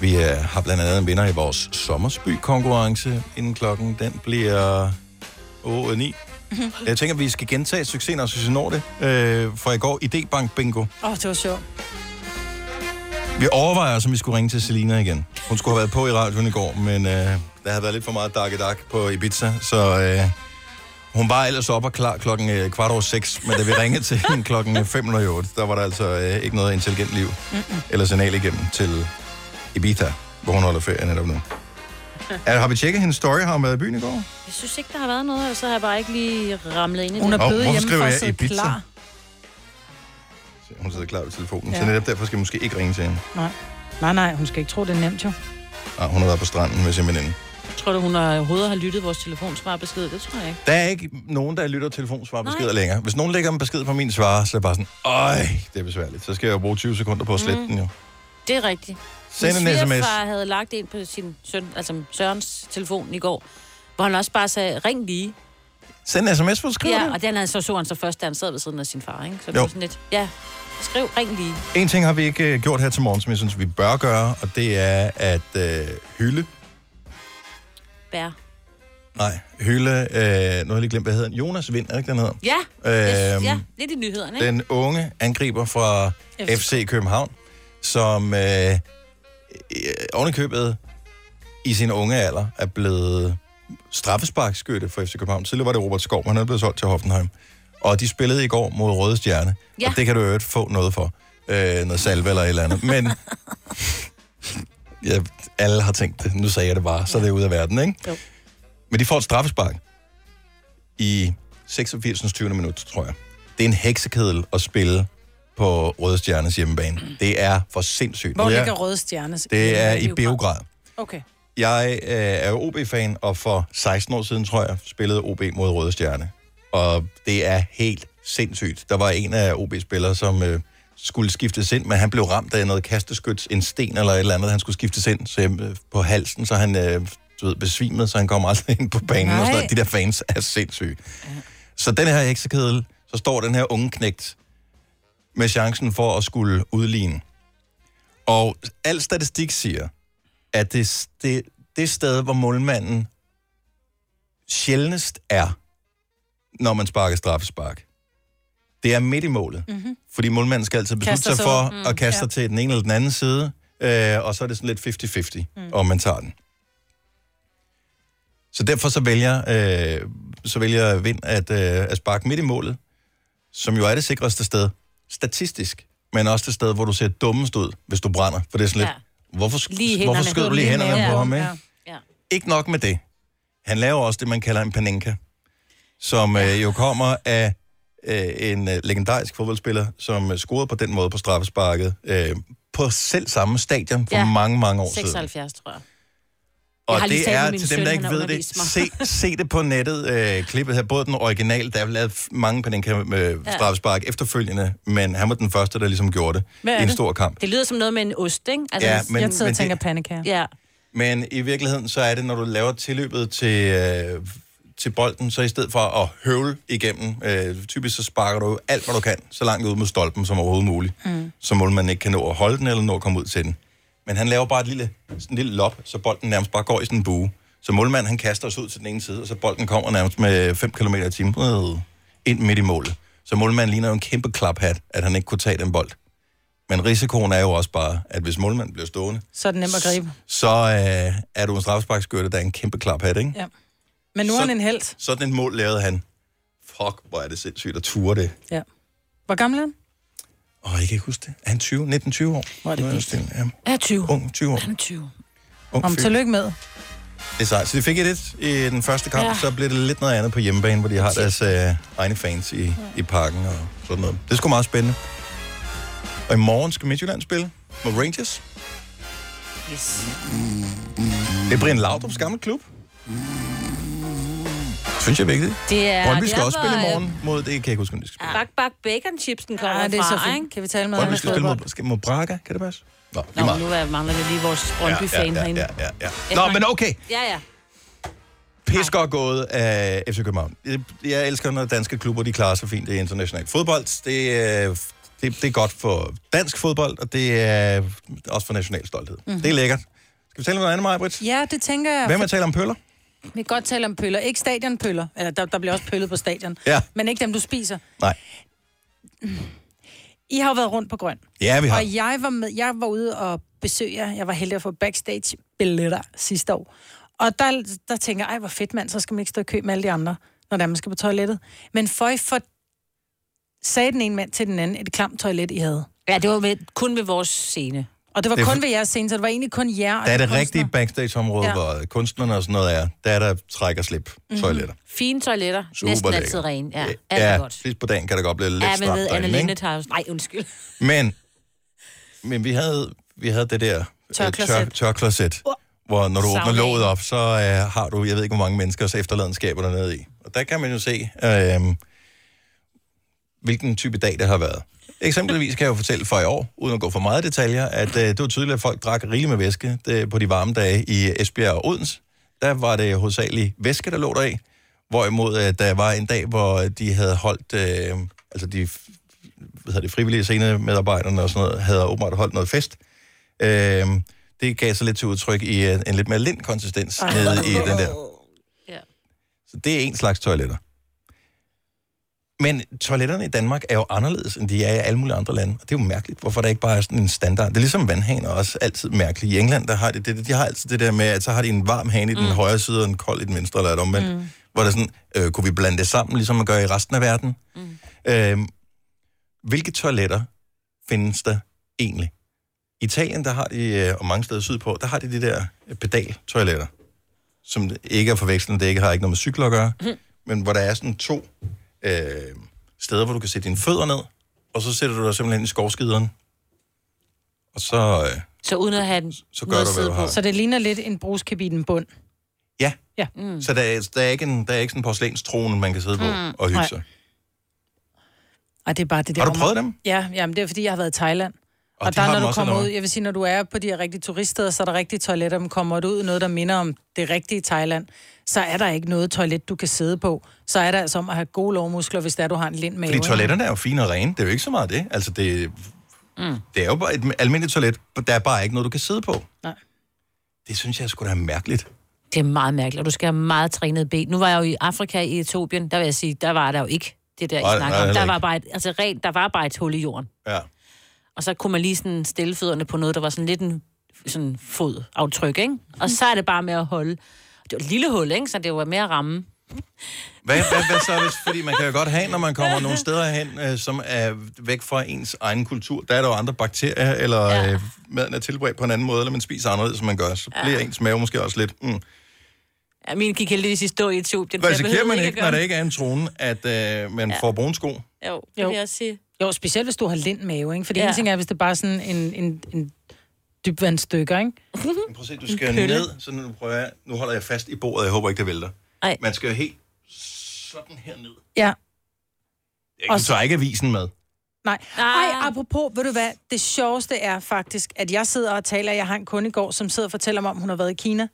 A: Vi øh, har blandt andet en vinder i vores sommersby-konkurrence, inden klokken den bliver 8.09. Jeg tænker, at vi skal gentage succesen, også hvis vi når det, øh, fra i går, Idébank Bingo.
D: Åh, oh, det var sjovt.
A: Vi overvejer, også, om vi skulle ringe til Selina igen. Hun skulle have været på i radioen i går, men øh, der havde været lidt for meget dak dak på Ibiza, så øh, hun var ellers op og klar klokken øh, kvart over seks, men da vi ringede til hende klokken øh, 508, der var der altså øh, ikke noget intelligent liv eller signal igennem til Ibiza, hvor hun holder ferie netop nu. Er, har vi tjekket hendes story? Har hun været i byen i går?
B: Jeg synes ikke, der har været noget, eller så har jeg bare ikke lige ramlet ind i
A: Hun
B: det.
A: er Nå, blevet hvorfor hjemmefra, skriver jeg sidder Ibiza? klar. Hun sidder klar ved telefonen, ja. så
D: Ja.
A: netop derfor skal vi måske ikke ringe til hende.
D: Nej. Nej, nej, hun skal ikke tro, det er nemt jo.
A: Ah, hun har været på stranden med sin veninde.
B: Tror du, hun har overhovedet har lyttet vores telefonsvarbesked? Det tror jeg ikke.
A: Der er ikke nogen, der lytter telefonsvarbeskeder
B: Nej.
A: længere. Hvis nogen lægger en besked på min svar, så er det bare sådan, øj, det er besværligt. Så skal jeg jo bruge 20 sekunder på at slette
B: Mm.
A: mm. den jo.
B: Det er rigtigt.
A: Send en
B: Min
A: sms.
B: svigerfar havde lagt en på sin søn, altså Sørens telefon i går, hvor han også bare sagde, ring lige.
A: Send en sms for at skrive
B: ja,
A: det.
B: og den havde så så han så først, da han sad ved siden af sin far, ikke? Så det
A: Jo.
B: var sådan lidt, ja, skriv, ring lige.
A: En ting har vi ikke øh, gjort her til morgen, som jeg synes, vi bør gøre, og det er at øh, hylde.
B: Bær.
A: Nej, hylde. Øh, nu har jeg lige glemt, hvad hedder den. Jonas Vind, er det ikke, den hedder?
B: Ja,
A: Øhm,
B: øhm, ja, lidt i nyhederne, ikke?
A: Den unge angriber fra
B: FC.
A: FC København, som øh, øh, ovenikøbet i sin unge alder er blevet straffesparkskytte for FC København. Tidligere var det Robert Skov, men han er blevet solgt til Hoffenheim. Og de spillede i går mod Røde Stjerne,
B: Ja.
A: og det kan du i øvrigt få noget for. Øh, noget salve eller et eller andet. Men ja, alle har tænkt det. Nu sagde jeg det bare, så er det ude af verden, ikke?
B: Jo.
A: Men de får et straffespark i 86. 20. minut, tror jeg. Det er en heksekedel at spille på Røde Stjernes hjemmebane. Det er for sindssygt.
D: Hvor
A: Nu er jeg-
D: ligger Røde Stjernes?
A: Det er i Beograd.
D: Okay.
A: Jeg øh, er jo OB-fan, og for 16 år siden, tror jeg, spillede OB mod Røde Stjerne. Og det er helt sindssygt. Der var en af OB-spillere, som øh, skulle skiftes ind, men han blev ramt af noget kasteskyts, en sten eller et eller andet, han skulle skiftes ind så, øh, på halsen, så han øh, du ved, besvimede, så han kom aldrig ind på banen. Og sådan
L: Nej.
A: noget. De der fans er sindssyge. Så den her heksekedel, så står den her unge knægt med chancen for at skulle udligne. Og al statistik siger, at det, s- det, det sted, hvor målmanden sjældnest er, når man sparker straffespark, det er midt i målet.
C: Mm-hmm.
A: Fordi målmanden skal altid beslutte
C: Kaster
A: sig
C: sig
A: for
C: ud. Mm,
A: at kaste sig
C: ja.
A: til den ene eller den anden side, øh, og så er det sådan lidt 50-50,
C: Mm.
A: mm. om man tager den. Så derfor så vælger, øh, så vælger Vind at, øh, at sparke midt i målet, som jo er det sikreste sted, statistisk, men også det sted, hvor du ser dummest ud, hvis du brænder. For det er sådan lidt, ja. hvorfor, sk-
B: Lige hænderne.
A: hvorfor skød du lige
B: Lige
A: hænderne
B: maven.
A: på ham, ikke?
B: Ja. Ja.
A: Ikke nok med det. Han laver også det, man kalder en panenka, som øh, jo kommer af øh, en øh, legendarisk fodboldspiller, som øh, scorede på den måde på straffesparket øh, på selv samme stadion for ja. mange, mange år siden.
B: 76, tror jeg. Jeg
A: Og
B: har lige
A: det
B: talt
A: er
B: med min
A: til dem,
B: søn,
A: der
B: han
A: ikke
B: har
A: ved det,
B: undervist mig.
A: se, se det på nettet, øh, klippet her. Både den originale, der er lavet f- mange på den kan- øh,
B: Ja.
A: straffespark efterfølgende, men han var den første, der ligesom gjorde det
B: Hvad er
A: i en
B: det?
A: stor kamp.
B: Det lyder som noget med en ost, ikke? Altså,
A: Ja, men- Jeg sidder og men tænker det-
B: pandekager. Ja.
A: Men i virkeligheden, så er det, når du laver tilløbet til, øh, til bolden, så i stedet for at høvle igennem, øh, typisk så sparker du alt, hvad du kan, så langt ud mod stolpen som overhovedet muligt. Mm. Så målmanden ikke kan nå at holde den, eller nå at komme ud til den. Men han laver bare et lille, sådan en lille lop, så bolden nærmest bare går i sådan en bue. Så målmanden, han kaster os ud til den ene side, og så bolden kommer nærmest med 5 km i timen øh, ind midt i målet. Så målmanden ligner jo en kæmpe klaphat, at han ikke kunne tage den bold. Men risikoen er jo også bare, at hvis målmanden bliver stående,
D: Så er det nemt at gribe.
A: så øh, er du en straffesparkskytte, der er en kæmpe klaphat, ikke?
D: Ja. Men nu er han
A: Så-
D: en held.
A: Sådan et mål lavede han. Fuck, hvor er det sindssygt at ture det.
D: Ja. Hvor gammel er han?
A: Åh, jeg kan ikke huske det. Er han 20? 19-20 år? Hvor er det vildt. Ja.
D: Er 20.
A: Ung, 20 år. Han
B: er 20.
A: Ung
D: Om
A: fyr.
D: tillykke med.
A: Det er sejt. Så de fik et et i den første kamp,
D: Ja.
A: ja. så blev det lidt noget andet på hjemmebane, hvor de har deres øh, egne fans i, i parken og sådan noget. Det er sgu meget spændende. Og i morgen skal Midtjylland spille mod Rangers.
B: Yes.
A: Det er Brian Laudrup's gamle klub. Synes jeg er vigtigt.
B: Det er...
A: Brøndby
B: det
A: skal
B: er,
A: også spille i
B: hvor, øh,
A: morgen mod, det kan jeg ikke huske, om de skal
B: Bak, bak, bacon chipsen kommer
D: Ja, Ah, det er
B: fra,
D: så fint.
B: ikke?
D: Kan vi tale med
A: Brøndby skal spille mod, skal mod Braga, kan det passe? Nå, lige
B: Nå,
A: meget.
B: nu er jeg mangler vi lige vores Brøndby-fan
A: ja, ja,
B: herinde.
A: ja, ja, ja. Nå, men okay.
B: Ja, ja.
A: Pis godt gået af FC København. Jeg- Jeg elsker, når danske klubber de klarer sig fint i international fodbold. Det, øh, det, det er godt for dansk fodbold, og det er også for national stolthed.
D: Mhm.
A: Mm-hmm. Det er lækkert. Skal vi tale om noget andet, Maja Britt?
D: Ja, det tænker jeg.
A: Hvem er taler om pøller?
D: Vi kan godt tale om pøller. Ikke stadionpøller. Eller der, der bliver også pøllet på stadion.
A: Ja.
D: Men ikke dem, du spiser.
A: Nej.
D: I har jo været rundt på grøn.
A: Ja, vi har.
D: Og jeg var, med, jeg var ude og besøge jer. Jeg var heldig at få backstage-billetter sidste år. Og der, der tænker jeg, "Ej, hvor fedt mand, så skal man ikke stå i kø med alle de andre, når der man skal på toilettet. Men føj for sagde den ene mand til den anden, et klamt toilet, I havde.
B: Ja, det var med, kun ved vores scene.
D: Og det var
A: Det er
D: kun
A: for-
D: ved jeres scene, så det var egentlig kun jer. og
A: Der er det
D: kunstnere.
A: rigtige backstage-område,
D: Ja.
A: ja. hvor kunstnerne og sådan noget er. Der er der træk og slip toiletter.
B: Mhm. Fine toiletter.
A: Super
B: Næsten
A: lækker.
B: altid rene. Ja, alt
A: Ja,
B: er
A: ja
B: godt.
A: sidst på dagen kan der godt blive lidt
B: Ja, men
A: stramt
B: ved Anna
A: derinde, ikke?
B: Linde tager Nej, undskyld.
A: Men, men vi, havde, vi havde det der øh,
B: Tørkloset.
A: tør, tørkloset, hvor når du åbner
B: Savner
A: låget op, så øh, har du, jeg ved ikke, hvor mange menneskers efterladenskaber dernede i. Og der kan man jo se, øh, hvilken type dag det har været. Eksempelvis kan jeg jo fortælle for i år, uden at gå for meget i detaljer, at øh, det var tydeligt, at folk drak rigeligt med væske det, på de varme dage i Esbjerg og Odense. Der var det hovedsageligt væske, der lå der af. Hvorimod, at der var en dag, hvor de havde holdt, øh, altså de f- hvad hedder det, frivillige scenemedarbejderne og sådan noget, havde åbenbart holdt noget fest. Øh, det gav sig lidt til udtryk i øh, en lidt mere lind konsistens
G: Ah.
B: Ej.
A: nede i den der.
B: Ja.
A: Så det er en slags toiletter. Men toiletterne i Danmark er jo anderledes, end de er i alle mulige andre lande. Og det er jo mærkeligt, hvorfor der ikke bare er sådan en standard. Det er ligesom vandhaner også altid mærkeligt. I England, der har de, det, de har altid det der med, at så har de en varm hane i den
G: Mm.
A: højre side, og en kold i den venstre, eller et omvendt.
G: Mm.
A: Mm. Hvor der er sådan, øh, kunne vi blande det sammen, ligesom man gør i resten af verden?
G: Mm.
A: Øh, hvilke toiletter findes der egentlig? I Italien, der har de, øh, og mange steder sydpå, der har de de der øh, pedaltoiletter, som ikke er forvekslende, det ikke har ikke noget med cykler at gøre, mm. men hvor der er sådan to øh, steder, hvor du kan sætte dine fødder ned, og så sætter du dig simpelthen i skovskideren. Og så... Øh,
B: Så uden at have den
A: Så gør du, hvad du har.
D: Så det ligner lidt en bruskabinen bund.
A: ja,
D: Ja.
A: mm. så der, er- der, er ikke en, der er ikke sådan en porcelænstrone, man kan sidde på
D: Mm.
A: mm. og hygge
D: Nej.
A: sig.
D: Og Ah, det er bare det der
A: Har du
D: om-
A: prøvet dem?
D: Ja, jamen, det er fordi, jeg har været i Thailand. Og,
A: Og
D: og
A: de
D: der,
A: har
D: når
A: dem
D: du
A: også,
D: kommer
A: eller
D: ud,
A: hvad?
D: jeg vil sige, når du er på de her rigtige turiststeder, så er der rigtige toiletter, men kommer du ud i noget, der minder om det rigtige Thailand, så er der ikke noget toilet, du kan sidde på. Så er der altså om at have gode lovmuskler, hvis der du har en lind mave.
A: Fordi
D: ikke?
A: toiletterne er jo fine og rene, det er jo ikke så meget det. Altså, det, mm. det er jo bare et almindeligt toilet, der er bare ikke noget, du kan sidde på.
D: Nej.
A: Det synes jeg skulle da er mærkeligt.
B: Det er meget mærkeligt, og du skal have meget trænet ben. Nu var jeg jo i Afrika, i Etiopien, der vil jeg sige, der var der jo ikke det der,
A: Nej,
B: I snakker
A: nej,
B: om.
A: heller
B: Der
A: ikke.
B: var, bare et, altså, rent, der var bare et hul i jorden.
A: Ja.
B: Og så kunne man lige sådan stille fødderne på noget, der var sådan lidt en sådan fodaftryk, ikke? Og så er det bare med at holde. Det var et lille hul, ikke? Så det var mere at ramme.
A: Hvad, hvad, hvad så hvis, fordi man kan jo godt have, når man kommer nogle steder hen, øh, som er væk fra ens egen kultur, der er der jo andre bakterier, eller ja. øh, maden er tilberedt på en anden måde, eller man spiser anderledes, som man gør, så
B: Ja.
A: bliver ens mave måske også lidt... Mm.
B: Ja, min gik heldigvis i stå i Etiopien. så jeg
A: Risikerer
B: behøvede
A: man
B: at
A: ikke,
B: gøre
A: når der
B: det.
A: ikke er en trone, at øh, man
B: Ja.
A: får brune sko?
B: Jo, det vil jeg også sige.
D: Jo, specielt hvis du har lind mave, ikke? For det ja.
B: Ja.
D: ene ting er, hvis det er bare sådan en, en, en dybvandstykker, ikke?
A: Men Prøv at se, du skal jo ned, så nu, prøver jeg, nu holder jeg fast i bordet, jeg håber ikke, det vælter.
B: Ej.
A: Man skal jo helt sådan her ned.
D: Ja.
A: Jeg kan så ikke avisen med.
D: Nej.
B: Ah.
D: Ej, apropos, ved du hvad, det sjoveste er faktisk, at jeg sidder og taler, jeg har en kunde i går, som sidder og fortæller mig, om hun har været i Kina.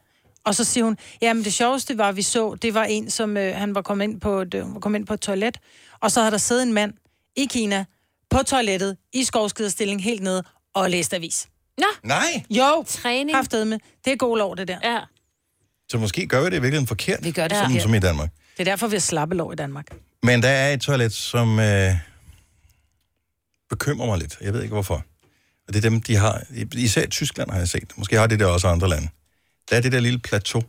D: Og så siger hun, jamen det sjoveste var, vi så, det var en, som øh, han var kommet ind på et, øh, hun var kommet ind på et toilet, og så havde der siddet en mand i Kina på toilettet i skovskiderstilling helt nede og læst avis.
B: Nå.
A: Nej.
D: Jo. Træning. med. Det er god lov, det der.
B: Ja.
A: Så måske gør vi det i virkeligheden forkert,
D: Vi gør det
A: som,
D: forkert.
A: som i Danmark.
D: Det er derfor, vi har slappe lov i Danmark.
A: Men der er et toilet, som øh, bekymrer mig lidt. Jeg ved ikke hvorfor. Og det er dem, de har. Især i Tyskland har jeg set. Måske har det der også i andre lande. Der er det der lille plateau.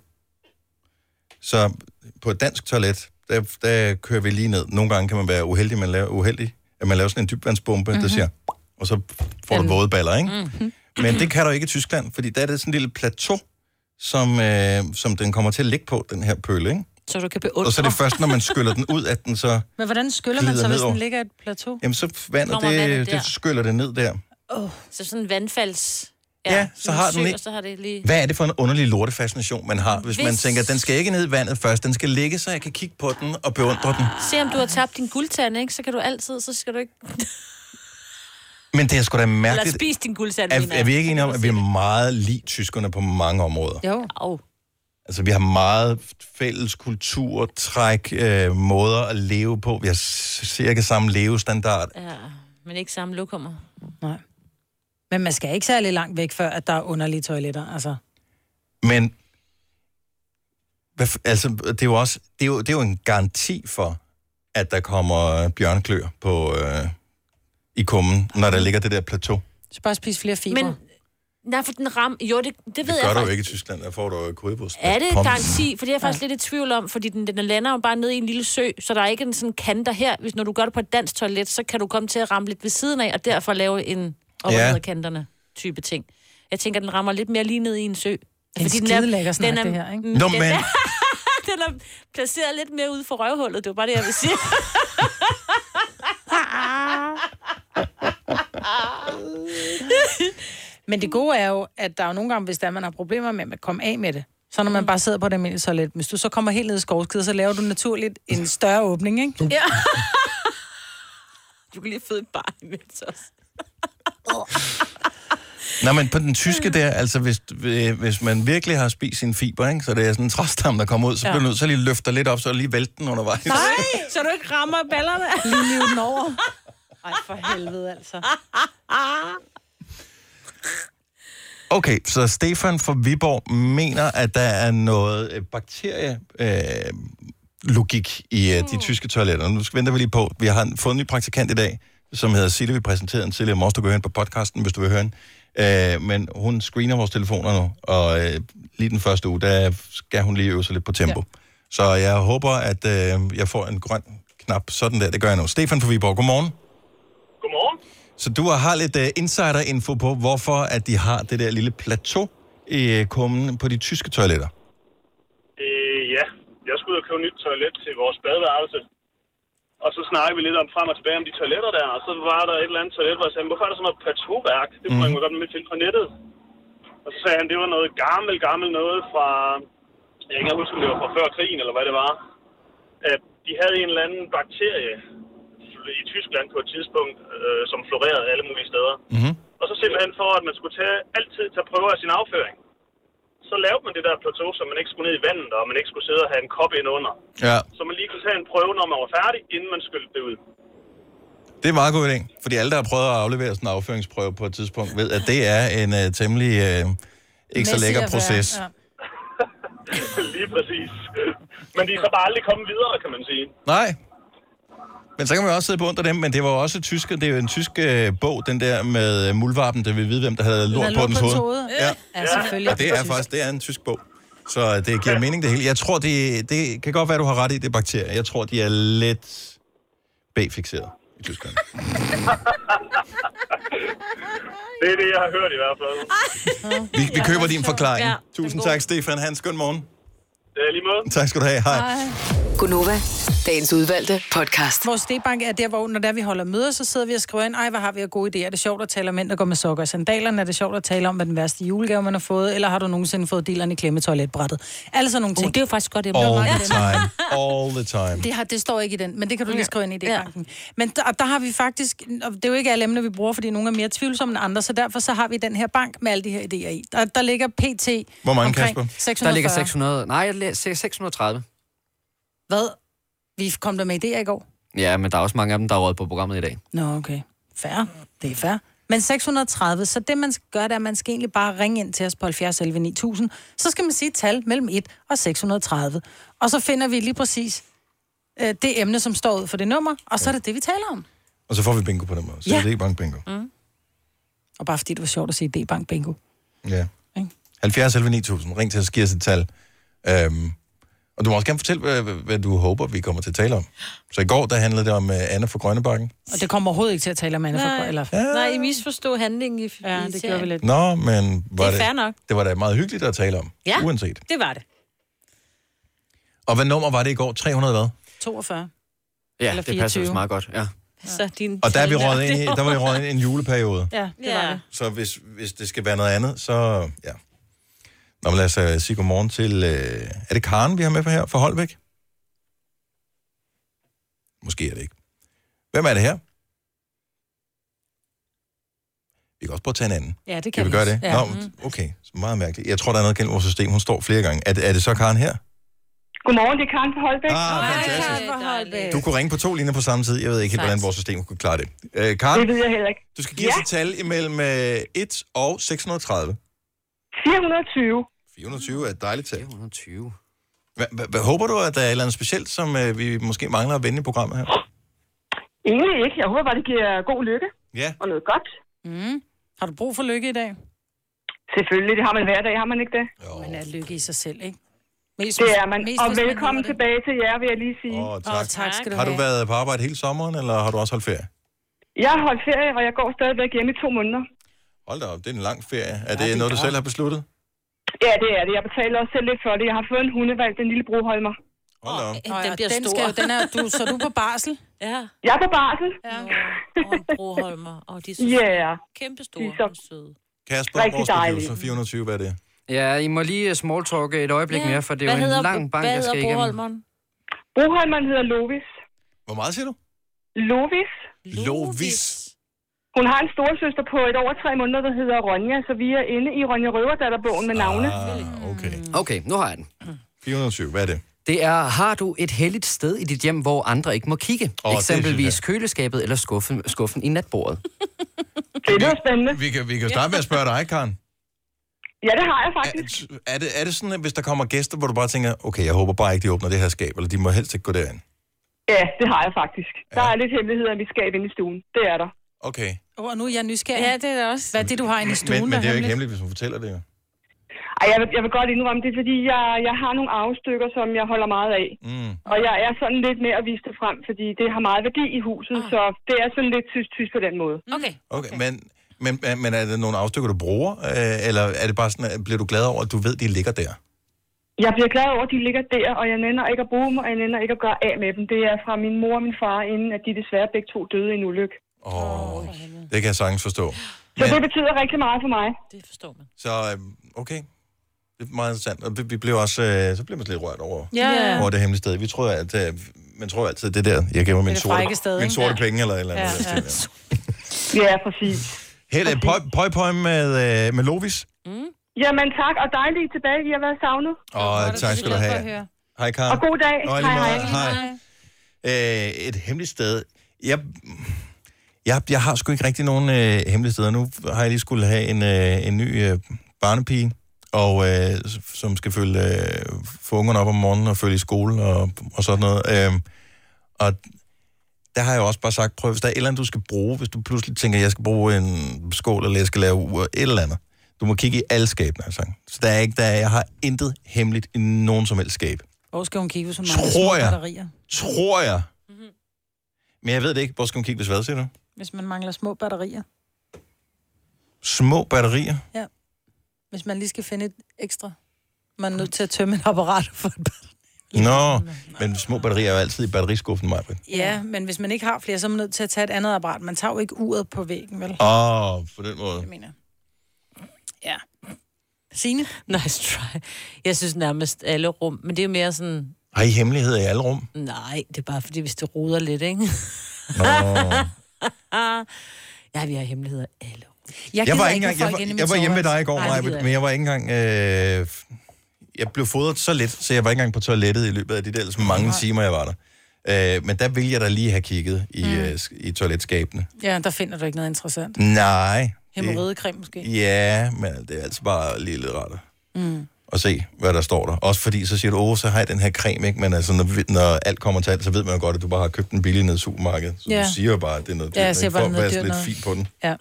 A: Så på et dansk toilet, der, der kører vi lige ned. Nogle gange kan man være uheldig, man laver, uheldig at man laver sådan en dybvandsbombe, mm-hmm. der
G: Mhm.
A: siger, og så får du våde baller, ikke? Men det kan du ikke i Tyskland, fordi der er det sådan en lille plateau, som, øh, som den kommer til at ligge på, den her pøle, ikke?
B: Så du kan beundre.
A: Og så er det først, når man skyller den ud, at den så...
D: Men hvordan skyller man
A: Glider
D: så, hvis
A: nedover.
D: den ligger i et plateau?
A: Jamen, så vandet,
B: Kommer
A: det,
B: vandet
A: vandet
B: der.
A: det skyller det ned der.
B: Oh. Så sådan en vandfalds...
A: Ja, så
B: sådan en
A: har
B: sø,
A: den ikke-
B: Og så har det lige...
A: Hvad er det for en underlig lortefascination, man har, hvis, hvis man
B: Hvis-
A: tænker, at den skal ikke ned i vandet først, den skal ligge, så jeg kan kigge på den og beundre den.
B: Se om du har tabt din guldtand, ikke? Så kan du altid, så skal du ikke...
A: Men det er sgu da
B: Eller
A: mærkeligt.
B: spise din guldtand,
A: Er,
B: mener
A: er
B: jeg.
A: vi ikke enige om, at vi er meget lige tyskerne på mange områder?
D: Jo.
B: Au.
A: Altså, vi har meget fælles kultur, træk, øh, måder at leve på. Vi har s- cirka samme levestandard.
B: Ja, men ikke samme lokummer.
D: Nej. Men man skal ikke særlig langt væk, før at der er underlige toiletter, altså.
A: Men hvad, f- altså, det er jo også det er jo, det er jo en garanti for, at der kommer bjørnklør på, øh, i kummen, når der ligger det der plateau.
D: Så bare spise flere fiber. Men...
B: Nej, for den ram... Jo, det, det ved
A: Det
B: jeg
A: gør
B: faktisk.
A: du jo ikke i Tyskland, der får du jo krydebust.
B: Er det garanti? For det er jeg faktisk lidt i tvivl om, fordi den, den lander jo bare ned i en lille sø, så der er ikke en sådan kanter her. Hvis når du gør det på et dansk toilet, så kan du komme til at ramme lidt ved siden af, og derfor lave en
A: Ja.
B: over ja. kanterne type ting. Jeg tænker, den rammer lidt mere lige ned i en sø.
D: skidelækker snak, det her, ikke? Nå,
B: den,
D: men-
B: er, den er placeret lidt mere ude for røvhullet, det var bare det, jeg ville sige.
D: Men det gode er jo, at der er jo nogle gange, hvis der man har problemer med at komme af med det, så når
B: Mm.
D: man bare sidder på det almindelige toilet, hvis du så kommer helt ned i skovskidet, så laver du naturligt en større åbning, ikke?
B: Ja. Du kan lige føde et barn imens også.
A: Nej, men på den
B: Hmm.
A: tyske der, altså hvis, øh, hvis man virkelig har spist sin fiber, ikke, så det er sådan en træstam, der kommer ud, så
B: Ja.
A: bliver du nødt til at lige løfte dig lidt op, så du lige vælte den undervejs.
B: Nej! Så du ikke rammer ballerne.
D: Lige hive den over. Ej, for helvede altså.
A: Okay, så Stefan fra Viborg mener, at der er noget øh, bakterie... Øh, logik i uh, de tyske toiletter. Nu skal venter vi lige på. Vi har en- fået en ny praktikant i dag, som hedder Sille. Vi præsenterede den tidligere i morges. Du kan høre hende på podcasten, hvis du vil høre hende. Uh, men hun screener vores telefoner nu, og uh, lige den første uge, der skal hun lige øve sig lidt på tempo. Ja. Så jeg håber, at uh, jeg får en grøn knap. Sådan der, det gør jeg nu. Stefan fra Viborg, godmorgen.
L: Godmorgen.
A: Så du har lidt uh, insider-info på, hvorfor at de har det der lille plateau i uh, kummen på de tyske toiletter.
L: Øh, ja, jeg skulle ud og købe nyt toilet til vores badeværelse. Og så snakkede vi lidt om frem og tilbage om de toiletter der, og så var der et eller andet toilet, hvor jeg sagde, hvorfor er der sådan noget plateauværk? Det
C: Mhm.
L: kunne mm. man jo godt med til på nettet. Og så sagde han, det var noget gammel, gammel noget fra, jeg kan ikke engang huske, om det var fra før krigen, eller hvad det var. At de havde en eller anden bakterie i Tyskland på et tidspunkt, øh, som florerede alle mulige steder.
A: Mm-hmm.
L: Og så simpelthen for, at man skulle tage, altid tage prøver af sin afføring. Så lavede man det der plateau, så man ikke skulle ned i vandet, og man ikke skulle sidde og have en kop ind under.
A: Ja.
L: Så man lige kunne tage en prøve, når man var færdig, inden man skyldte det ud.
A: Det er en meget god idé, fordi alle, der har prøvet at aflevere sådan en afføringsprøve på et tidspunkt, ved, at det er en uh, øh, temmelig uh, Ikke så
E: Messy
A: lækker
E: at være,
A: proces.
E: ja. Lige præcis. Men de er så bare aldrig kommet videre, kan man sige.
A: Nej. Men så kan man jo også sidde på under dem, men det var jo også tysk, det er jo en tysk øh, bog, den der med øh, muldvarpen, der vil vide, hvem der havde lort på dens hoved.
D: Ja. ja, selvfølgelig.
A: Og det er faktisk, det er en tysk bog. Så øh, det giver mening det hele. Jeg tror, det, det kan godt være, du har ret i, det er bakterier. Jeg tror, de er lidt B-fixeret i Tyskland.
L: Det er det, jeg har hørt i hvert fald.
A: Vi, vi køber din forklaring.
L: Ja,
A: Ja,
L: den er
A: Tusind
L: god.
A: tak, Stefan. Hans, skøn morgen.
L: Det er lige måde.
A: Tak skal du have. Hej.
D: Gunova, dagens udvalgte podcast. Vores stebank er der, hvor når der vi holder møder, så sidder vi og skriver ind, ej, hvad har vi af gode idéer? Er det sjovt at tale om mænd, der går med sokker og sandalerne? Er det sjovt at tale om, hvad den værste julegave, man har fået? Eller har du nogensinde fået dealeren i klemme i toiletbrættet? Alle sådan nogle ting. Uh, det er jo faktisk godt, det
A: All the time. All the time.
D: det, har, det står ikke i den, men det kan du lige skrive ind i det. Ja. Men der, og der har vi faktisk, og det er jo ikke alle emner, vi bruger, fordi nogle er mere tvivlsomme end andre, så derfor så har vi den her bank med alle de her idéer i. Der, der ligger PT
G: Hvor mange,
D: omkring
G: Kasper?
D: 640.
G: Der ligger 600. Nej, jeg læ- se- 630.
D: Hvad? Vi kom der med idéer i går.
G: Ja, men der er også mange af dem, der er røget på programmet i dag.
D: Nå, okay. Færre. Det er færre. Men 630, så det man skal gøre, det er, at man skal egentlig bare ringe ind til os på 70 11 9000. Så skal man sige et tal mellem 1 og 630. Og så finder vi lige præcis øh, det emne, som står ud for det nummer, og så er det det, vi taler om.
A: Og så får vi bingo på den måde. Så
D: Ja.
A: ja. det er ikke bank bingo.
D: Mm. Og bare fordi det var sjovt at sige D-Bank Bingo.
A: Ja. 70 11 9000. Ring til os, giv os et tal. Øhm, og du må også gerne fortælle, hvad, hvad du håber, vi kommer til at tale om. Så i går, der handlede det om uh, Anna fra Grønnebakken.
D: Og det kommer overhovedet ikke til at tale om Anna for
B: Nej.
D: eller...
B: Nej, I misforstod handlingen i Ja, det gjorde vi lidt.
A: Nå, men var
B: Det er
A: det,
B: fair nok.
A: det var da meget hyggeligt at tale om,
B: Ja,
A: uanset.
B: det var det.
A: Og hvad nummer var det i går? 300 hvad?
D: 42.
G: Ja,
D: Eller
G: det passer
D: 24.
G: vist meget godt. Ja.
B: Så din
A: Og der er vi
B: tal
A: røget ind i, der var vi røget ind i en juleperiode.
D: Ja, det var det.
A: Så hvis, hvis det skal være noget andet, så ja. Nå, men lad os uh, sige godmorgen til... Uh, er det Karen, vi har med på her fra Holbæk? Måske er det ikke. Hvem er det her? Vi kan også prøve at tage en anden.
D: Ja, det kan
A: Kan
D: vi
A: vi gøre
D: også.
A: det?
D: Ja.
A: Nå,
D: Mm.
A: okay. Så meget mærkeligt. Jeg tror, der er noget gennem vores system. Hun står flere gange. Er, det- er det så Karen her?
M: Godmorgen, det er Karen fra Holbæk.
A: Ah, fantastisk.
M: Karen fra
D: Øh.
M: Holbæk.
A: Du kunne ringe på to linjer på samme tid. Jeg ved ikke helt, hvordan vores system kunne klare det. Øh, Karen?
M: Det ved jeg heller ikke.
A: Du skal give ja. os et tal imellem øh, 1 og 630.
M: 420.
A: 420 er et dejligt tal.
G: 420.
A: Hvad, hvad, hvad håber du, at der er et eller andet specielt, som øh, vi måske mangler at vende i programmet her?
M: Egentlig ikke. Jeg håber bare, det giver god lykke
A: Ja.
M: og noget godt.
D: Mm. Har du brug for lykke i dag?
M: Selvfølgelig, det har man hver dag, har man ikke det?
A: Jo.
D: Man er lykke i sig selv, ikke? Mest,
M: Det er man.
D: mest
M: og
D: hvis man
M: velkommen
D: lever det.
M: tilbage til jer, vil jeg lige sige.
A: Åh,
M: Åh, tak skal du
A: har du
M: have.
A: været på arbejde hele sommeren, eller har du også holdt ferie?
M: Jeg har holdt ferie, og jeg går stadigvæk hjemme i to måneder.
A: Hold da op, det er en lang ferie. Er det, noget, du selv har besluttet?
M: Ja, det er det. Jeg betaler også selv lidt for det. Jeg har fået en hundevalg, den lille broholmer.
A: Hold da op.
D: Nå ja,
M: Den bliver
D: den
M: stor.
D: Skal jo, den er, du, så du er på barsel?
B: Ja.
M: Jeg er på barsel.
D: Ja.
B: Broholmer, og de er så
M: Ja.
B: kæmpe
M: De
B: store
M: er
B: så... og søde.
A: Kasper,
G: Rigtig
A: vores
G: dejligt.
A: producer, 420, hvad er det?
G: Ja, I må lige øh, smalltalke et øjeblik
M: Ja.
G: mere, for det er
M: Hvad
G: jo
M: hedder
G: en lang
M: Bo-
G: bank,
M: hvad
G: jeg skal
M: hedder
G: igennem.
M: Broholmeren hedder Lovis.
A: Hvor meget siger du?
M: Lovis.
A: Lovis.
M: Hun har en storesøster på et over tre måneder, der hedder Ronja, så vi er inde i Ronja Røverdatterbogen med navne.
A: Ah, okay.
M: Mm.
G: Okay, nu har jeg den.
A: 420, hvad er det?
G: Det er, har du et heldigt sted i dit hjem, hvor andre ikke må kigge?
A: Åh,
G: Oh,
A: det
G: Eksempelvis
A: synes
G: køleskabet eller skuffen, skuffen i natbordet.
M: Det er spændende.
A: Vi kan, vi kan starte med at spørge dig, Karen.
M: Ja, det har jeg faktisk.
A: Er det, er det sådan, at hvis der kommer gæster, hvor du bare tænker, okay, jeg håber bare ikke, de åbner det her skab, eller de må helst ikke gå derind?
M: Ja, det har jeg faktisk. Der er lidt hemmeligheder i mit skab inde i stuen. Det er der.
A: Okay.
D: Oh, og nu er jeg nysgerrig. Ja, det er det også. Hvad er det, du har inde i stuen?
A: Men, men det er jo
D: hemmeligt?
A: ikke hemmeligt, hvis hun fortæller det jo.
M: Ej, jeg vil, jeg vil godt indrømme det, er fordi jeg, jeg har nogle arvestykker, som jeg holder meget af.
A: Mm.
M: Og jeg er sådan lidt med at vise det frem, fordi det har meget værdi i huset,
D: Ah.
M: så det er sådan lidt tysk-tysk på den
D: Mm.
M: måde.
B: Okay.
A: Okay, okay. Men, men, men- men er det nogle afstykker, du bruger? Øh, eller er det bare sådan, at bliver du glad over, at du ved, de ligger der?
M: Jeg bliver glad over, at de ligger der, og jeg nænder ikke at bruge dem, og jeg nænder ikke at gøre af med dem. Det er fra min mor og min far, inden at de desværre begge to døde i en ulykke.
A: Åh, oh, det kan jeg sagtens forstå.
M: Så det betyder rigtig meget for mig.
B: Det forstår man.
A: Så øh, okay, det er meget interessant. Og vi, vi blev også, øh, så blev man lidt rørt over,
M: Ja.
A: over det hemmelige sted. Vi tror, at øh, man tror altid, det er der, jeg gemmer min
M: Det er det
A: sorte,
M: frække sted,
A: min
M: ikke?
A: sorte
M: Ja.
A: penge eller et eller andet. Ja, ja.
M: Ja, præcis.
A: Helt øh, pøj, pøj, pøj med, øh, med Lovis.
M: Jamen tak, og dejligt tilbage. I har været savnet.
A: Og tak skal du have. Hej, Karen.
M: Og god dag.
A: Og i lige
M: Hej,
A: måde.
M: hej.
A: hej. øh, et hemmeligt sted. Jeg, jeg, jeg har sgu ikke rigtig nogen øh, hemmelige steder. Nu har jeg lige skulle have en, øh, en ny øh, barnepige, og øh, s- som skal følge, øh, få ungerne op om morgenen og følge i skole og, og sådan noget. Øh, og der har jeg jo også bare sagt, prøv, hvis der er et eller andet, du skal bruge, hvis du pludselig tænker, jeg skal bruge en skål, eller jeg skal lave ur, et eller andet. Du må kigge i alle skabene, altså. Så der er ikke, der er, jeg har intet hemmeligt i nogen som helst skab.
D: Hvor skal hun kigge, hvis hun
A: Tror
D: mangler små
A: jeg.
D: batterier?
A: Tror jeg. Mm-hmm. Men jeg ved det ikke. Hvor skal hun kigge, hvis hvad siger du?
D: Hvis man mangler små batterier.
A: Små batterier.
D: Ja. Hvis man lige skal finde et ekstra. Man er nødt til at tømme et apparat for et
A: Nå, men små batterier er jo altid i batteriskuffen, Majbrit.
D: Ja, men hvis man ikke har flere, så er man nødt til at tage et andet apparat. Man tager jo ikke uret på væggen, vel?
A: Åh, oh, på den måde.
D: Ja. Signe?
B: Nice try. Jeg synes nærmest alle rum, men det er jo mere sådan,
A: Har I hemmeligheder i alle rum?
B: nej, det er bare fordi, hvis det roder lidt, ikke?
A: Nå.
B: ja, vi har hemmeligheder.
A: Jeg, jeg var, ikke engang, jeg, var, jeg var hjemme med dig i går, Maja, men jeg var ikke engang... Øh, jeg blev fodret så lidt, så jeg var ikke engang på toilettet i løbet af de der ellers mange timer, jeg var der. Øh, men der ville jeg da lige have kigget i, mm. øh, sk- i toiletskabene.
D: Ja, der finder du ikke noget interessant.
A: Nej. det-
D: Hemorrhoidecreme måske.
A: Ja, men det er altså bare lige lidt rart
D: Mm.
A: at se, hvad der står der. Også fordi, så siger du, åh, så har jeg den her creme, ikke? Men altså, når, vi- når alt kommer til alt, så ved man jo godt, at du bare har købt den billig nede i supermarkedet. Så
D: Ja.
A: du siger jo bare, at det er noget
D: Ja, jeg
A: ikke?
D: siger bare,
A: For at
D: det er noget
A: være
D: dyrt
A: lidt
D: noget.
A: fint på den.
D: Ja.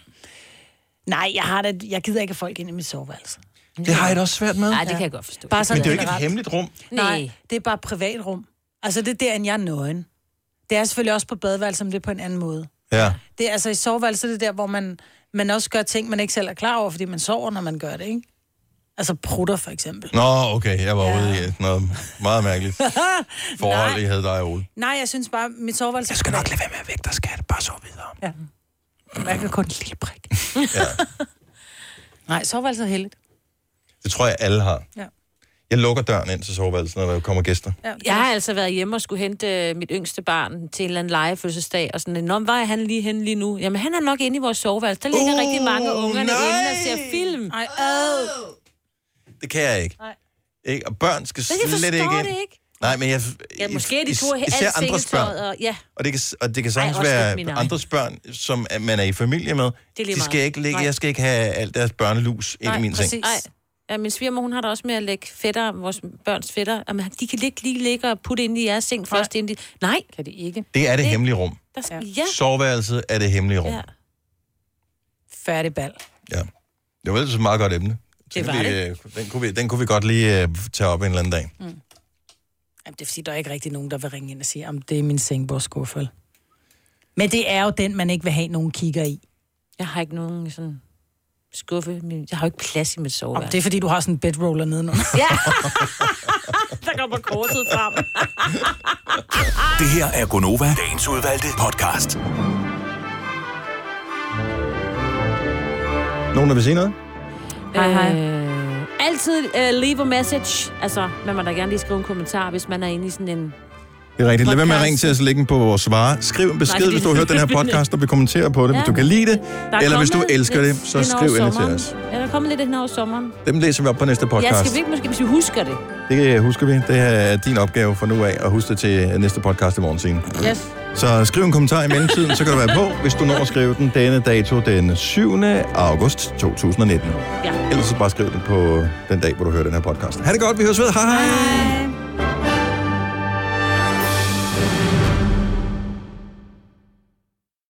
D: Nej, jeg, har det, jeg gider ikke have folk ind i mit soveværelse.
A: Det har jeg da også svært med.
B: Nej, det kan jeg godt forstå.
D: Bare
A: Men
D: sådan
A: det er jo ikke et
D: generelt.
A: hemmeligt rum.
D: Nej, det er bare privatrum. Altså, det er der, end jeg er nøgen. Det er selvfølgelig også på badeværelse, men det er på en anden måde.
A: Ja.
D: Det er altså i soveværelset, det er der, hvor man, man også gør ting, man ikke selv er klar over, fordi man sover, når man gør det, ikke? Altså prutter, for eksempel.
A: Nå, okay, jeg var ja. ude i noget meget mærkeligt forhold,
D: Nej.
A: I havde dig og Ole.
D: Nej, jeg synes bare, mit soveværelse... Jeg skal nok lade være med at vække dig, skat. Bare sov videre. Ja. Jeg kan kun en lille prik.
A: Ja.
D: Nej, soveværelset er heldigt.
A: Det tror jeg, alle har.
D: Ja.
A: Jeg lukker døren ind til soveværelset, når der kommer gæster.
D: Ja,
B: jeg har altså været hjemme og skulle hente øh, mit yngste barn til en eller anden legefødselsdag, og sådan, Nå, men hvor er han lige henne lige nu? Jamen, han er nok inde i vores soveværelse. Der ligger
D: Uh,
B: uh, rigtig mange af ungerne
D: nej!
B: inde og ser film.
D: Ej, ad.
A: Det kan jeg ikke.
D: Nej.
A: ikke? Og børn skal
B: Men jeg
A: slet
B: forstår
A: ikke ind.
B: det ikke.
A: Nej, men jeg...
B: Ja, måske er de to
A: is-
B: alt sengetøjet. Og, ja,
A: Og det kan, og det kan sagtens
B: Ej,
A: Ej,
B: også
A: være
B: lidt min egen.
A: andres børn, som at man er i familie med.
B: Det er lige
A: de skal
B: meget.
A: ikke ligge,
B: Nej.
A: jeg skal ikke have alt deres børnelus ind i min seng.
B: Nej. Ja, min svigermor, hun har da også med at lægge fætter, vores børns fætter. Jamen, de kan ligge, lige ligge og putte ind i jeres seng først. Ind i... Nej.
D: Kan de ikke.
A: Det er det hemmelige rum.
B: Der skal... ja.
A: Soveværelset er det hemmelige rum.
B: Ja.
D: Færdig bal.
A: Det var ellers et meget godt emne.
D: Det var
A: vi,
D: det.
A: øh, Den kunne, vi, den kunne vi godt lige øh, tage op en eller anden dag.
D: Jamen, det er fordi, der er ikke rigtig nogen, der vil ringe ind og sige, om det er min sengbordskuffe. Men det er jo den, man ikke vil have nogen kigger i.
B: Jeg har ikke nogen sådan skuffe. Min- Jeg har jo ikke plads i mit
D: Om
B: soveværelse.
D: det er fordi, du har sådan en bedroller nedenunder.
B: Ja. Der kommer kortet frem.
F: Det her er Gonova, dagens udvalgte podcast.
A: Nogen, der vil sige noget?
B: Hej, hej. Øh, altid uh, leave a message. Altså, man må da gerne lige skrive en kommentar, hvis man er inde i sådan en...
A: Det er rigtigt. Lad være med at
B: Podcast.
A: ringe til os lægge den på vores svare. Skriv en besked,
B: Nej,
A: Nej,
B: fordi-
A: hvis du har hørt den her podcast, og vil kommentere på det. Ja.
B: Ja.
A: Hvis du kan lide det,
B: Der er
A: eller hvis du
B: kommet
A: elsker
B: lidt
A: det, så
B: hen
A: skriv
B: over
A: ind til
B: sommeren.
A: os.
B: Ja, der er kommet lidt hen over sommeren.
A: Dem læser vi op på næste podcast.
B: Ja, skal vi ikke måske, hvis vi husker det?
A: Det øh, husker vi. Det er din opgave for nu af, og husk det til øh, næste podcast i morgen scene.
B: Yes.
A: Så skriv en kommentar i mellemtiden, så kan du være på, hvis du når at skrive den denne dato, den 7. august 2019.
B: Ja.
A: Ellers så bare skriv den på den dag, hvor du hører den her podcast. Ha' det godt, vi høres ved. Hej hej.
B: hej.